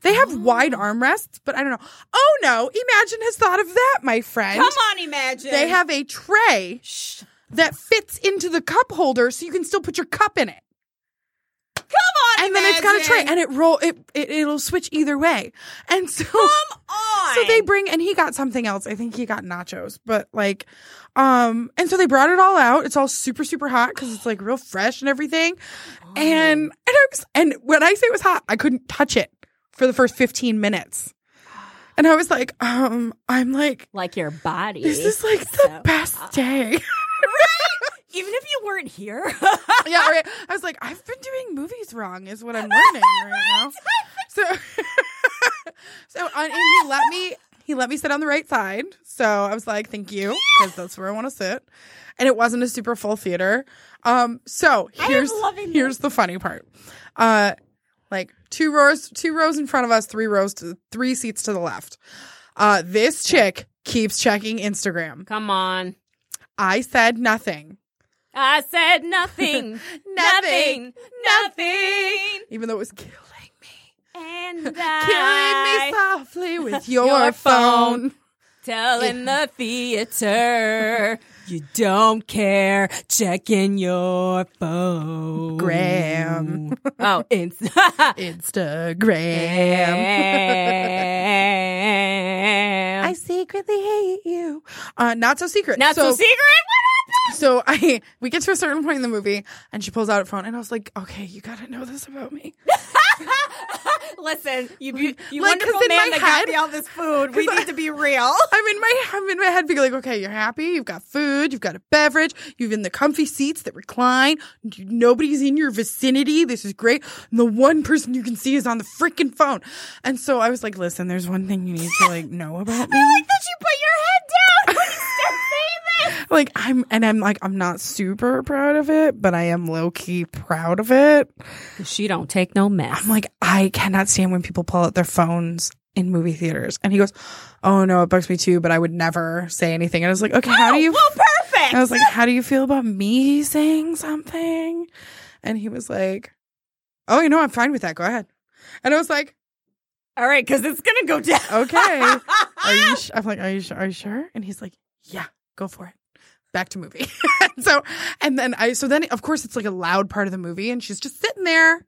B: they
C: Oh.
B: have wide armrests, but I don't know. Oh no, Imagine has thought of that, my friend.
C: come on, imagine
B: They have a tray that fits into the cup holder so you can still put your cup in it.
C: Come on,
B: And then it's got a tray
C: Imagine.
B: and it roll it, it it'll switch either way. And so
C: Come on.
B: so they bring and he got something else. I think he got nachos, but like, um, and so they brought it all out. It's all super super hot because it's like real fresh and everything. And and I was and when I say it was hot, I couldn't touch it for the first fifteen minutes. And I was like, um, I'm like,
C: like your body.
B: this is like the
C: So-
B: best day.
C: Even if you weren't here.
B: yeah, right. I was like, I've been doing movies wrong, is what I'm learning right now. So, so uh, and he let me. He let me sit on the right side, so I was like, "Thank you," because that's where I want to sit. And it wasn't a super full theater. Um, so
C: am
B: here's
C: loving this.
B: here's the funny part. Uh, like two rows, two rows in front of us, three rows to three seats to the left. Uh, this chick keeps checking Instagram.
C: Come on.
B: I said nothing.
C: I said nothing.
B: Nothing.
C: nothing. Nothing.
B: even though it was killing me.
C: And
B: Killing me
C: I
B: softly with your,
C: Your
B: phone.
C: phone. tell in the theater you don't care. Check in your phone.
B: Graham.
C: Oh, it's
B: Instagram. I secretly hate you. Uh, not so secret.
C: Not so, secret.
B: So I we get to a certain point in the movie, and she pulls out her phone, and I was like, "Okay, you gotta know this about me."
C: Listen, you, you, you
B: Like, 'cause
C: wonderful
B: in my
C: man that got
B: head-
C: me all this food. We
B: 'cause I-
C: need to be real.
B: I'm in my I'm in my head being like, "Okay, you're happy. You've got food. You've got a beverage. You've in the comfy seats that recline. Nobody's in your vicinity. This is great." And the one person you can see is on the freaking phone, and so I was like, "Listen, there's one thing you need to like know about me."
C: that you put your head down when you start saying this.
B: like I'm and I'm like I'm not super proud of it, but I am low key proud of it.
C: She don't take no mess.
B: I'm like I cannot stand when people pull out their phones in movie theaters. And he goes, "Oh no, it bugs me too, but I would never say anything." And I was like, "Okay, how do you?"
C: Oh,
B: Oh.
C: Well, perfect.
B: I was like, "How do you feel about me saying something?" And he was like, "Oh, you know, I'm fine with that. Go ahead." And I was like,
C: All right, because it's gonna go down.
B: "Okay, are
C: Ah!
B: you?" Sh-? I'm like, "Are you? Sh- are you sure?" And he's like, "Yeah, go for it." back to movie. so and then I so then of course it's like a loud part of the movie and she's just sitting there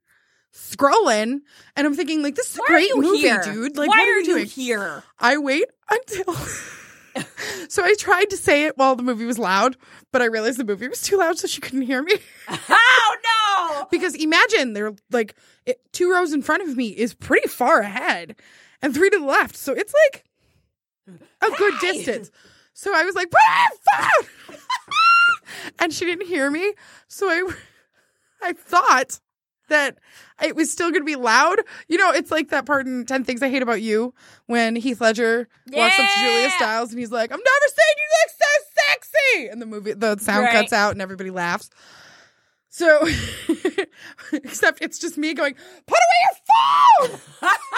B: scrolling and I'm thinking like this is a
C: Why are
B: great
C: you
B: movie,
C: here?
B: dude. Like
C: Why
B: what
C: are
B: are you doing?
C: here?
B: I wait until So I tried to say it while the movie was loud, but I realized the movie was too loud so she couldn't hear me.
C: Oh no!
B: because imagine they're like it, two rows in front of me is pretty far ahead and three to the left. So it's like a good distance. So I was like, put it on phone! and she didn't hear me. So I, I thought that it was still going to be loud. You know, it's like that part in 10 Things I Hate About You when Heath Ledger walks up to Julia
C: Yeah.
B: Stiles and he's like, I'm never saying you look so sexy. And the movie, the sound
C: Right.
B: cuts out and everybody laughs. So, except it's just me going, put away your phone!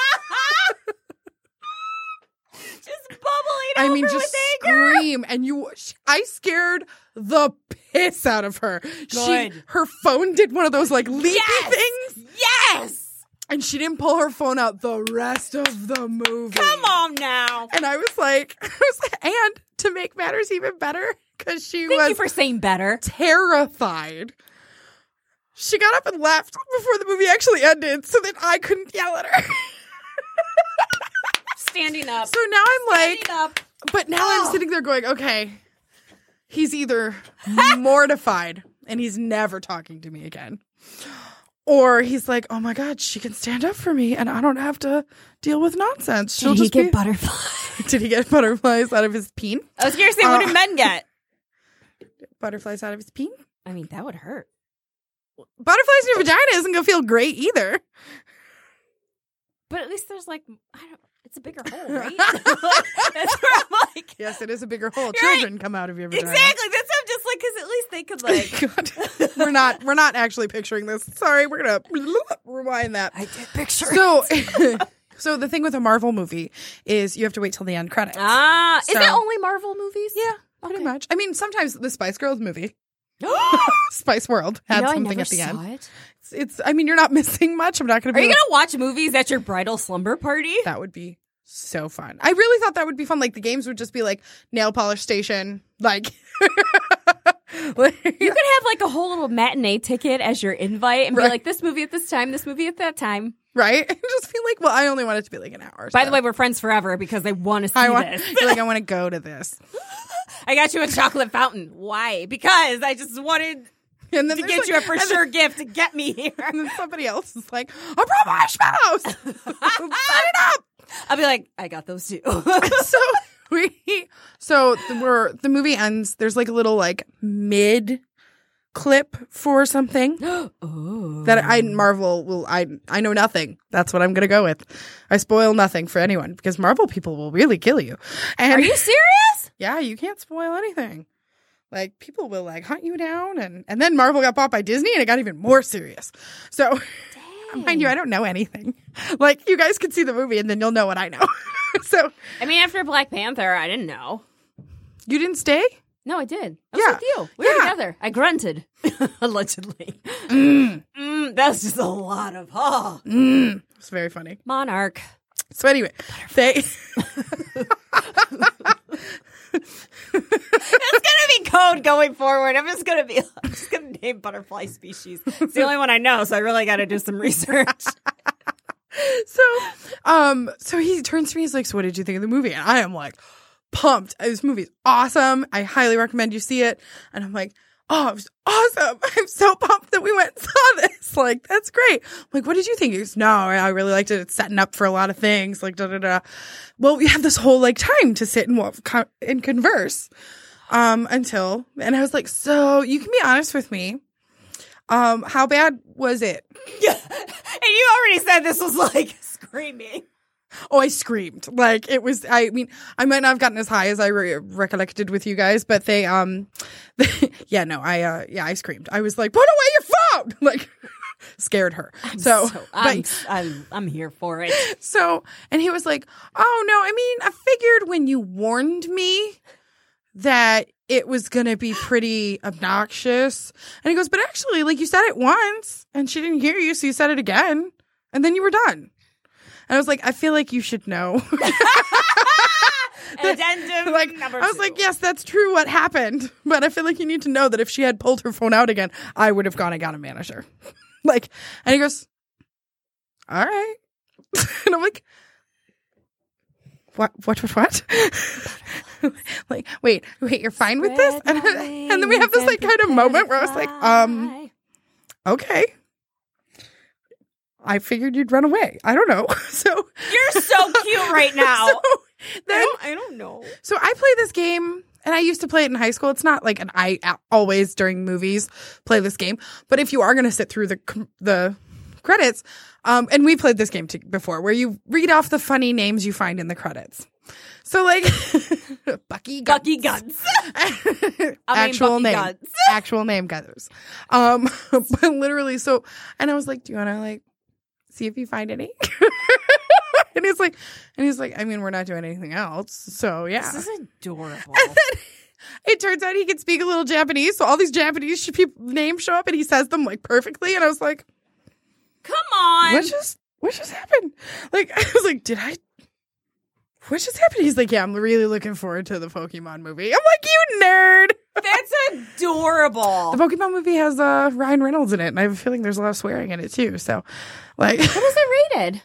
C: Just bubbling
B: I
C: over
B: mean, just
C: with anger.
B: scream, and you. sh I scared the piss out of her. She,
C: Good.
B: her phone did one of those like leaky
C: Yes!
B: things,
C: Yes!
B: and she didn't pull her phone out the rest of the movie.
C: Come on now.
B: And I was like, I was like, and to make matters even better, because she
C: Thank
B: was
C: you for saying better.
B: terrified. She got up and left before the movie actually ended, so that I couldn't yell at her.
C: Standing up.
B: so now I'm like,
C: Standing up.
B: But now I'm sitting there going, okay, he's either mortified and he's never talking to me again, Or he's like, oh my God, she can stand up for me and I don't have to deal with nonsense. She'll
F: Did he
B: just
F: get
B: be-
F: butterflies?
B: Did he get butterflies out of his peen?
C: I was going to say, what do
B: Uh,
C: men get?
B: Butterflies out of his peen?
C: I mean, that would hurt.
B: Butterflies in your vagina isn't going to feel great either.
C: But at least there's like, I don't. It's a bigger hole, right? that's where I'm like,
B: Yes, it is a bigger hole.
C: You're right.
B: Children come out of your vagina.
C: exactly. That's what I'm just like, because at least they could like.
B: God. we're not we're not actually picturing this. Sorry, we're gonna rewind that.
F: I did picture
B: So so the thing with a Marvel movie is you have to wait till the end credits.
C: Ah, is it
B: So-
C: only Marvel movies?
B: yeah, pretty much. I mean, sometimes the Spice Girls movie,
C: Yeah.
B: Spice World, had
F: no, I
B: something
F: never
B: at the
F: saw
B: end.
F: it.
B: It's, it's- I mean, you're not missing much. I'm not gonna.
C: Are
B: Be
C: you
B: like,
C: gonna watch movies at your bridal slumber party?
B: That would be so fun. I really thought that would be fun. Like the games would just be like nail polish station, like.
C: You could have like a whole little matinee ticket as your invite and be
B: Right.
C: like, this movie at this time, this movie at that time.
B: right? just feel like, well, I only want it to be like an hour.
C: By
B: so
C: the way, we're friends forever because I want to see
B: I want.
C: this.
B: You're like, I want to go to this.
C: I got you a chocolate fountain. Why? Because I just wanted
B: And then
C: to
B: there's,
C: get
B: like-
C: you a for
B: and then-
C: sure gift to get me here.
B: And then somebody else is like, I brought my marshmallows. Set it up.
C: I'll be like, I got those too. Oh.
B: So we, so the- we're the movie ends. There's like a little like mid clip for something
C: oh.
B: that I Marvel will. I I know nothing. That's what I'm gonna go with. I spoil nothing for anyone because Marvel people will really kill you. And
C: Are you serious?
B: yeah, you can't spoil anything. Like people will like hunt you down, and and then Marvel got bought by Disney, and it got even more serious. So, mind you, I don't know anything. Like you guys could see the movie, and then you'll know what I know. so
C: I mean, after Black Panther, I didn't know.
B: you didn't stay.
C: No, I did. I was
B: Yeah.
C: with you. We were
B: Yeah.
C: together. I grunted. Allegedly. Mm, that's just a lot of oh.
B: It's very funny.
C: Monarch.
B: So anyway, they
C: That's gonna be code going forward. I'm just gonna be I'm just gonna name butterfly species. It's the only one I know, so I really gotta do some research.
B: so um so he turns to me. He's like, "So what did you think of the movie?" And I am like, pumped. Uh, This movie is awesome. I highly recommend you see it. And I'm like. Oh, it was awesome. I'm so pumped that we went and saw this. Like, that's great. I'm like, what did you think? He goes, no, I really liked it. It's setting up for a lot of things. Like, da, da, da. Well, we have this whole, like, time to sit and, wa- co- and converse, um, until, and I was like, so you can be honest with me. Um, how bad was it?
C: And you already said this was like screaming.
B: Oh, I screamed. Like it was I mean, I might not have gotten as high as I re- recollected with you guys, but they um yeah, no, I uh yeah, I screamed. I was like, "Put away your phone." Like scared her. so,
C: So I'm,
B: but,
C: I'm I'm here for it.
B: so and he was like, "Oh no, I mean, I figured when you warned me that it was going to be pretty obnoxious." And he goes, "But actually, like you said it once and she didn't hear you, so you said it again, and then you were done." And I was like, "I feel like you should know."
C: Addendum
B: like
C: number
B: I was
C: two.
B: like, yes, that's true. What happened? But I feel like you need to know that if she had pulled her phone out again, I would have gone and got a manager. like, and he goes, all right, and I'm like, what? What? What? What? like, wait, wait, you're fine with this? And, and then we have this like kind of moment where I was like, um, okay. I figured you'd run away. I don't know. So
C: You're so cute right now.
B: so then
C: I don't know.
B: so I play this game, and I used to play it in high school. It's not like an I I always during movies play this game, but if you are going to sit through the c- the credits, um, and we played this game to, before, where you read off the funny names you find in the credits. So like Bucky, Gun-
C: Bucky Guns.
B: actual
C: Bucky
B: name,
C: Guns.
B: actual name gutters. Um, but literally, so and I was like, do you want to like see if you find any? and he's like, and he's like, I mean, we're not doing anything else, so yeah.
C: This is adorable.
B: It turns out he can speak a little Japanese, so all these Japanese sh- peop names show up, and he says them like perfectly. And I was like,
C: Come on.
B: "What just what just happened?" Like I was like, "Did I? What just happened?" He's like, "Yeah, I'm really looking forward to the Pokemon movie." I'm like, "You nerd!"
C: That's adorable.
B: The Pokemon movie has uh, Ryan Reynolds in it, and I have a feeling there's a lot of swearing in it too. So, like,
C: What is it rated?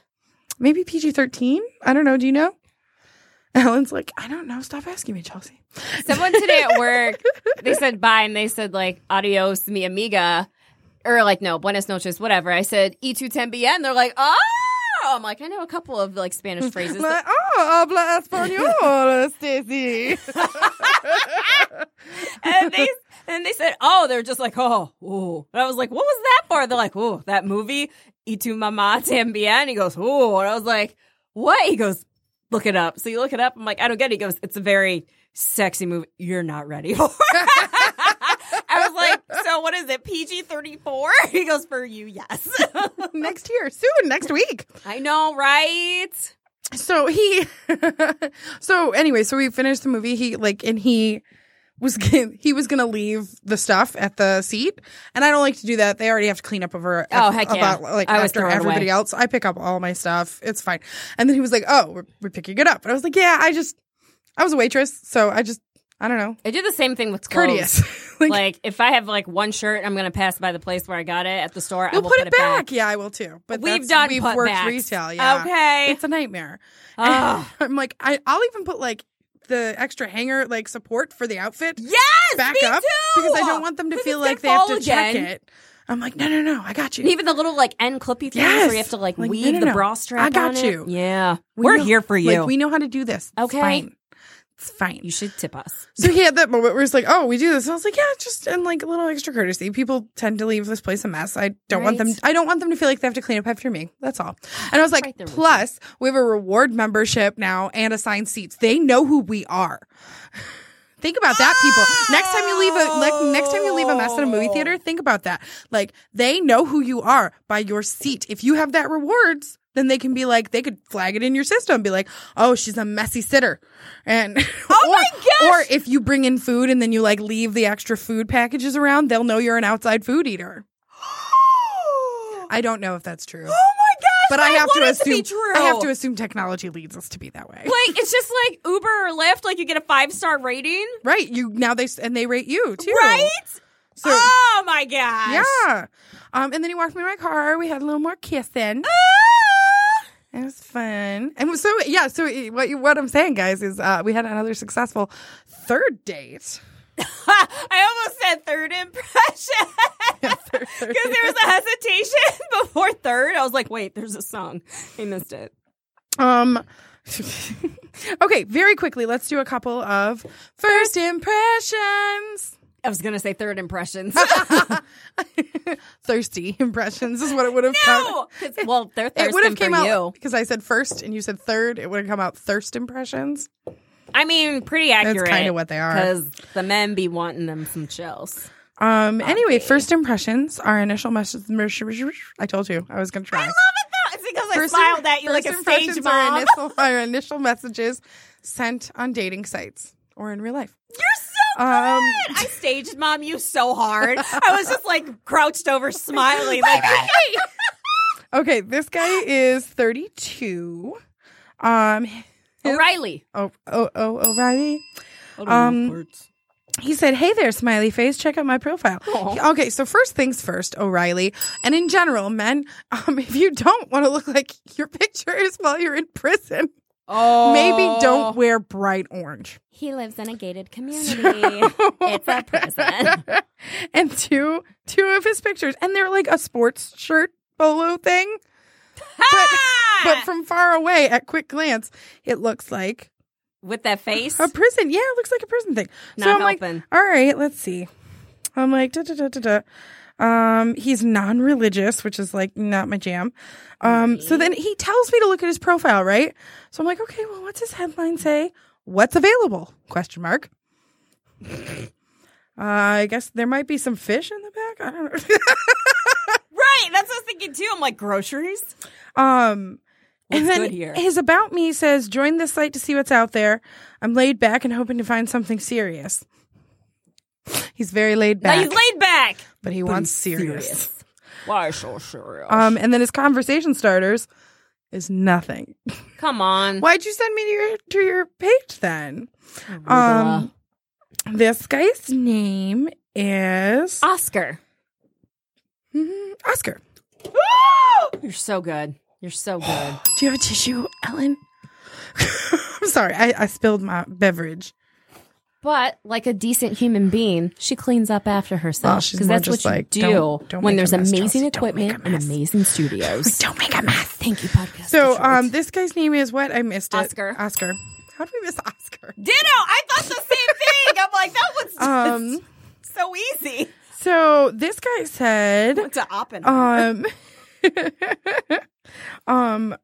B: maybe PG-13. I don't know. Do you know? Ellen's like, "I don't know. Stop asking me, Chelsea."
C: Someone today at work, they said bye and they said like adios mi amiga.
F: or like no Buenos noches, whatever. I said E two ten bien. They're like, oh, I'm like I know a couple of like Spanish phrases.
B: Like, oh, habla español, Stacy.
F: and they and they said, "Oh, they're just like, oh, ooh." And I was like, "What was that for?" They're like, "Oh, that movie, Y tu mamá también." He goes, "Oh," and I was like, "What?" He goes, "Look it up." So you look it up. I'm like, "I don't get it." He goes, "It's a very sexy movie. You're not ready for." it." I was like, "So what is it? PG 34?" He goes, "For you, yes."
B: next year, soon, next week.
F: I know, right?
B: So he, so anyway, so we finished the movie. He like, and he was g- he was gonna leave the stuff at the seat, and I don't like to do that. They already have to clean up over.
F: Oh, heck yeah.
B: about, Like
F: I always
B: after
F: throw it away.
B: everybody else, I pick up all my stuff. It's fine. And then he was like, "Oh, we're, we're picking it up," and I was like, "Yeah, I just, I was a waitress, so I just, I don't know,
F: I do the same thing with clothes.
B: courteous. like,
F: Like if I have like one shirt, I'm gonna pass by the place where I got it at the store. I
B: we'll
F: will
B: put, it back. Yeah, I will too. But
F: We've
B: that's-
F: done
B: We've
F: put
B: worked
F: backs.
B: retail. Yeah.
F: Okay.
B: It's a nightmare.
F: Ugh.
B: I'm like, I, I'll even put like the extra hanger like support for the outfit
F: Yes,
B: back
F: me
B: up
F: too.
B: because I don't want them to
F: 'Cause
B: feel
F: it's
B: like they
F: gonna
B: have
F: fall
B: to
F: again.
B: check it. I'm like, no, no, no, I got you.
F: And even the little like end clippy things where you
B: Yes.
F: have to like,
B: Like,
F: weave
B: no, no,
F: the
B: no.
F: bra strap.
B: I got
F: on it.
B: you.
F: Yeah,
B: We
F: we are
B: know-
F: here for you.
B: Like, we know how to do this.
F: Okay.
B: It's fine. It's fine.
F: you should tip us.
B: So he had that moment where he's like, "Oh, we do this." And I was like, "Yeah, just and like a little extra courtesy. People tend to leave this place a mess. I don't want them.
F: Right.
B: I don't want them to feel like they have to clean up after me. That's all." And I was like,
F: Right there with
B: "Plus, we have a reward membership now and assigned seats. They know who we are." Think about that, people. Next time you leave a like, next time you leave a mess in a movie theater, think about that. Like they know who you are by your seat. If you have that rewards, then they can be like they could flag it in your system, and be like, "Oh, she's a messy sitter," and oh or, my gosh! Or if you bring in food and then you like leave the extra food packages around, they'll know you're an outside food eater. I don't know if that's true,
F: Oh my gosh!
B: but I have to
F: want it
B: assume
F: be true.
B: I have to assume technology leads us to be that way.
C: Like it's just like Uber or Lyft. Like you get a five star rating.
B: Right? You now they s- and they rate you too,
C: Right?
B: So.
C: Oh my gosh.
B: Yeah. Um, and then he walked me to my car. We had a little more kissing.
F: Ah!
B: It was fun. And so, yeah, so it- what, you- what I'm saying, guys, is uh, we had another successful third date.
C: I almost said third impression because there was a hesitation before third. I was like, wait, there's a song. I missed it.
B: Um, okay, very quickly, let's do a couple of first impressions.
F: I was gonna say third impressions.
B: Thirsty impressions is what it would have come.
F: no, 'Cause, well, they're thirsting
B: It would have
F: for
B: came
F: you.
B: out because I said first and you said third. It would have come out thirst impressions.
F: I mean, pretty accurate.
B: kinda what they are.
F: because the men be wanting them some chills.
B: Um. Anyway, first impressions. Our initial message. I told you I was gonna try.
C: It's because
B: First
C: I smiled
B: im-
C: at you like
B: first
C: a stage
B: impressions
C: mom.
B: Are initial, are initial messages sent on dating sites or in real life.
C: You're so
B: Um,
C: good. I staged mom you so hard. I was just like crouched over smiling. Like, hey.
B: Okay, this guy is 32. Um.
F: O'Reilly,
B: Oh. Oh. Oh. O'Reilly. Um. He said, "Hey there, smiley face. Check out my profile." He- okay, so first things first, O'Reilly, and in general, men, um, if you don't want to look like your pictures while you're in prison,
F: oh,
B: maybe don't wear bright orange.
F: He lives in a gated community. it's a prison.
B: and two two of his pictures and they're like a sports shirt polo thing but, but from far away at quick glance it looks like
F: with that face.
B: a prison yeah it looks like a prison thing so
F: Not
B: i'm
F: helping.
B: like all right let's see i'm like da da da da da um he's non-religious which is like not my jam um so then he tells me to look at his profile right so i'm like okay well what's his headline say what's available question mark uh, i guess there might be some fish in the back i don't know
C: right. That's what I was thinking too. I'm like, groceries?
B: Um, and then
F: good here?
B: his about me says, "Join this site to see what's out there. I'm laid back and hoping to find something serious." He's very laid
C: Now
B: back,
C: he's laid back.
B: but he wants serious.
F: Why so serious?
B: Um, and then his conversation starters is nothing.
F: Come on.
B: Why'd you send me to your to your page then? Um, this guy's name is
F: Oscar.
B: Mhm, Oscar.
F: You're so good. You're so good.
B: Do you have a tissue, Ellen? I'm sorry, I, I spilled my beverage.
F: But like a decent human being, she cleans up after
B: Well,
F: herself
B: Oh, she's
F: because
B: more
F: that's what
B: just
F: you
B: like,
F: do
B: don't- don't
F: when
B: make a
F: there's
B: mess,
F: amazing
B: Chelsea, don't make a
F: equipment and
B: mess.
F: amazing studios.
B: Don't make a mess.
F: Thank you, podcast.
B: So,
F: Detroit.
B: um, this guy's name is what? I missed it.
F: Oscar.
B: Oscar. How did we miss Oscar?
C: Ditto. I thought the same thing. I'm like, that was
B: Um,
C: so easy.
B: so this guy said,
C: To
B: um,
C: Oppenheimer.
B: um,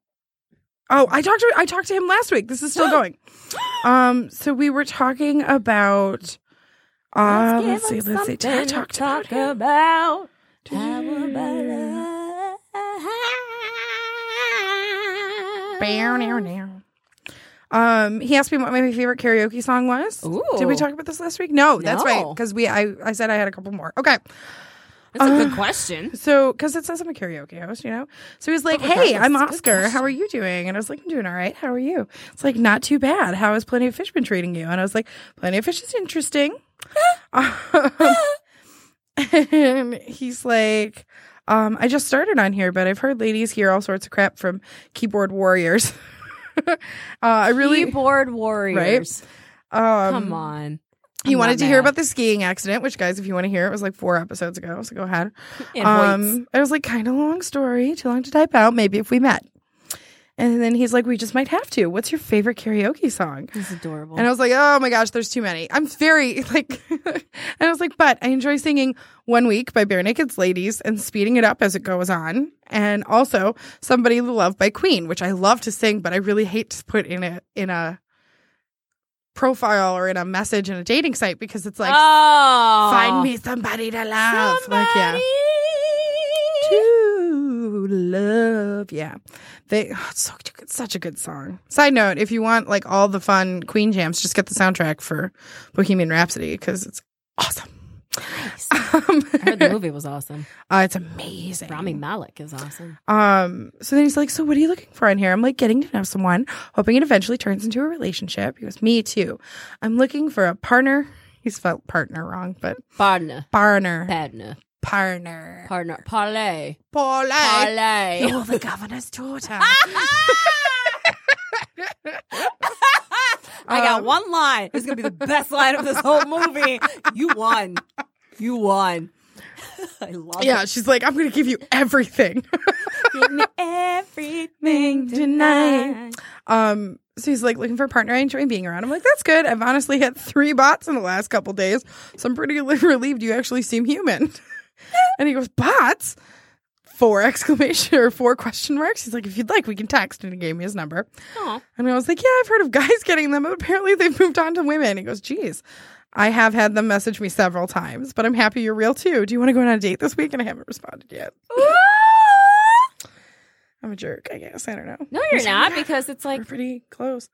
B: oh, I talked to I talked to him last week. This is still going. Um, so we were talking about. Uh, let's, see. Let's see. Did I talk to about him?
F: about
B: Bow, now, now. Um, he asked me what my favorite karaoke song was. Did we
F: Ooh.
B: talk about this last week? No, that's right.
F: No.
B: Because we, I, I said I had a couple more. Okay.
F: That's a good question.
B: So, because it says I'm a karaoke host, you know? So he's
F: Oh
B: like, hey, I'm Oscar. How are you doing? And I was like, I'm doing all right. How are you? It's like, not too bad. How has Plenty of Fish been treating you? And I was like, Plenty of Fish is interesting. Um, and he's like, um, I just started on here, but I've heard ladies hear all sorts of crap from keyboard warriors. uh, I really,
F: Keyboard warriors.
B: um,
F: Come on.
B: you
F: I'm
B: wanted
F: not
B: to hear
F: mad.
B: about the skiing accident, which guys, if you want to hear, it was like four episodes ago. So go ahead.
F: It hoits.
B: Um, it was like kind of long story, too long to type out. Maybe if we met. And then he's like, "We just might have to." What's your favorite karaoke song?
F: It's adorable.
B: And I was like, "Oh my gosh, there's too many." I'm very like, and I was like, "But I enjoy singing One Week by Bare Naked Ladies and speeding it up as it goes on, and also Somebody You Love by Queen, which I love to sing, but I really hate to put in a in a profile or in a message in a dating site because it's like,
F: oh.
B: find me somebody to love, like yeah."
F: Somebody.
B: to love. Yeah, they oh, it's so it's such a good song. Side note: If you want like all the fun Queen jams, just get the soundtrack for Bohemian Rhapsody because it's awesome. Um,
F: I heard the movie was awesome.
B: uh, it's amazing.
F: Rami Malek is awesome.
B: Um, so then he's like, So what are you looking for in here? I'm like, Getting to know someone, hoping it eventually turns into a relationship. He goes, Me too. I'm looking for a partner. He spelled partner wrong, but
F: Partner.
B: partner.
F: Partner.
B: Partner.
F: Partner. Parlay.
B: Parlay.
F: Parlay.
B: You're the governor's daughter.
F: I got
B: Um,
F: one line. It's gonna be the best line of this whole movie. You won. You won. I love
B: Yeah, she's like, I'm going to give you everything.
F: everything
B: tonight. um, so he's like looking for a partner. I enjoy being around. I'm like, that's good. I've honestly had three bots in the last couple days, so I'm pretty li- relieved you actually seem human. and he goes, bots. Four exclamation or four question marks. He's like, if you'd like, we can text. And he gave me his number. And I was like, yeah, I've heard of guys getting them, but apparently they've moved on to women. He goes, geez, I have had them message me several times, but I'm happy you're real too. Do you want to go on a date this week? And I haven't responded yet. I'm a jerk, I guess. I don't know.
F: No, you're not because it's like
B: We're pretty close,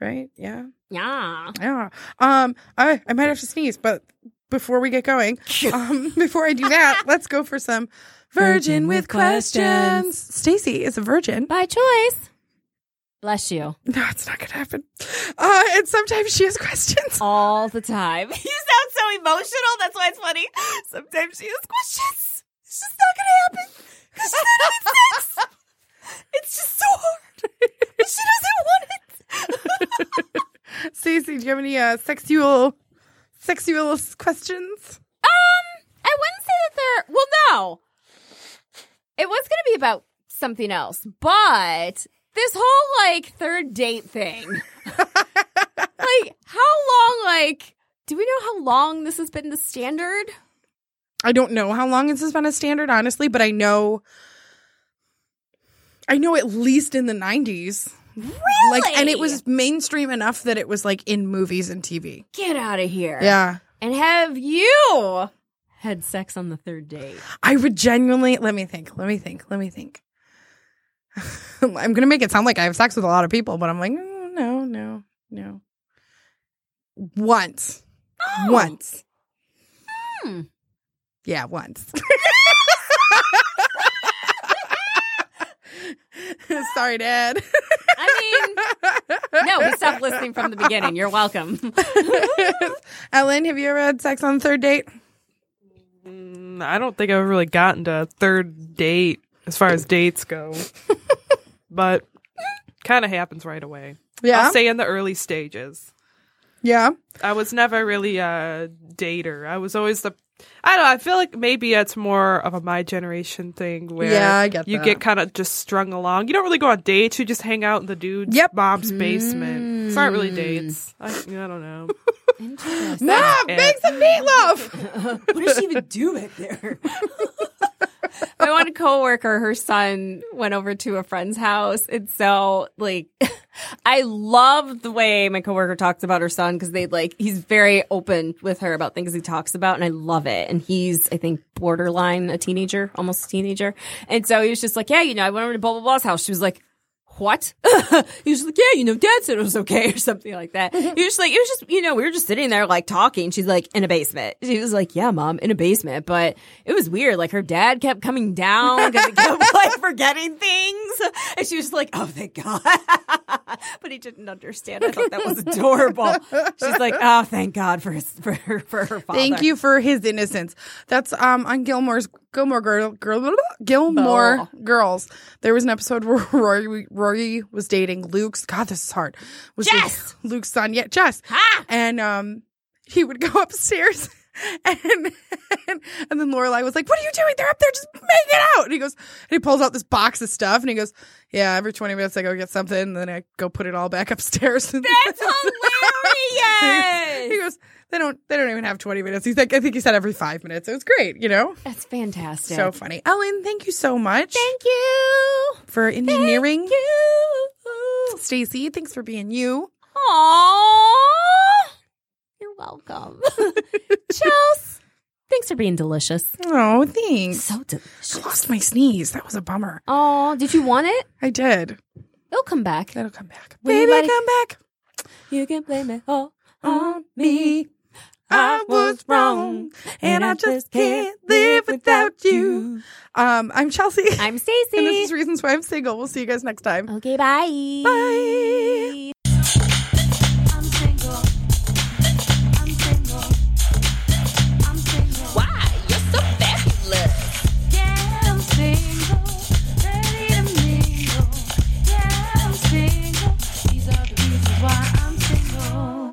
B: right? Yeah,
F: yeah.
B: yeah. Um, I I might have to sneeze, but before we get going, um, before I do that, let's go for some virgin, with questions. Stacy is a virgin.
F: By choice. Bless you.
B: No, it's not gonna happen. Uh, and sometimes she has questions.
F: All the time.
C: you sound so emotional. That's why it's funny. Sometimes she has questions. It's just not going to happen. 'Cause she's not having sex. It's just so hard. But she doesn't want it.
B: Stacy, do you have any uh, sexual sexual questions?
F: Um, I wouldn't say that they're well. No, it was going to be about something else, but this whole like third date thing, like how long? Like, do we know how long this has been the standard?
B: I don't know how long this has been a standard, honestly, but I know. I know at least in the 90s. Really? Like and it was mainstream enough that it was like in movies and TV.
F: Get out of here!
B: Yeah.
F: and have you had sex on the third date?
B: I would genuinely let me think. Let me think. Let me think. I'm going to make it sound like I have sex with a lot of people, but I'm like, "Mm, no, no, no. Once. Once.
F: Oh. Hmm.
B: Yeah, once. Sorry, Dad.
F: I mean, no, we stopped listening from the beginning. You're welcome.
B: Ellen, have you ever had sex on the third date?
E: Mm, I don't think I've ever really gotten to a third date as far as dates go, but kind of happens right away.
B: Yeah.
E: I'll say in the early stages.
B: Yeah.
E: I was never really a dater. I was always the. I don't. know, I feel like maybe it's more of a my generation thing where
B: Yeah, I get
E: you
B: that.
E: get kind of just strung along. You don't really go on dates. You just hang out in the dude's
B: Yep. Hmm.
E: mom's basement. It's not really dates. I, I don't know.
B: Mom, make some meatloaf.
F: What does she even do back there?
C: My one coworker, her son went over to a friend's house. And so, like, I love the way my coworker talks about her son because they, like, he's very open with her about things he talks about. And I love it. And he's, I think, borderline a teenager, almost a teenager. And so he was just like, yeah, you know, I went over to blah, blah, blah's house. She was like, what? he was like, yeah, you know, dad said it was okay or something like that. He
B: Mm-hmm.
C: was just like, it was just, you know, we were just sitting there like talking. She's like, in a basement. She was like, yeah, mom, in a basement. But it was weird. Like her dad kept coming down because he kept like forgetting things. And she was like, oh, thank God. but he didn't understand. I thought that was adorable. She's like, oh, thank God for his, for, her- for her father.
B: Thank you for his innocence. That's um on Gilmore's Gilmore Girl, Girl blah, blah, blah, Gilmore Girls. There was an episode where Rory Rory was dating Luke's. God, this is hard. Was dating
C: Jess!
B: Luke's son? Yeah, Jess.
C: Ha!
B: And um, he would go upstairs. And, and and then Lorelai was like, "What are you doing? They're up there, just make it out." And he goes, and he pulls out this box of stuff, and he goes, "Yeah, every twenty minutes I go get something, and then I go put it all back upstairs."
C: That's hilarious.
B: he goes, they don't they don't even have 20 minutes. He's like, I think he said every five minutes. It was great, you know?
C: That's fantastic.
B: So funny. Ellen, thank you so much
C: thank you.
B: for engineering.
C: you.
B: Stacy, thanks for being you.
C: Aww. You're welcome. Chels, thanks for being delicious.
B: Oh, thanks.
C: So
B: I
C: delicious.
B: lost my sneeze. That was a bummer.
C: Oh, did you want it?
B: I did.
C: It'll come back.
B: That'll come back.
C: Will
B: Baby,
C: you let it-
B: come back
C: You can blame it all
B: on me. I was wrong, and I just can't live without you. Um, I'm Chelsea,
C: I'm
B: and this
C: Stacy.
B: is Reasons Why I'm Single. We'll see you guys next time.
C: Okay, bye. Bye.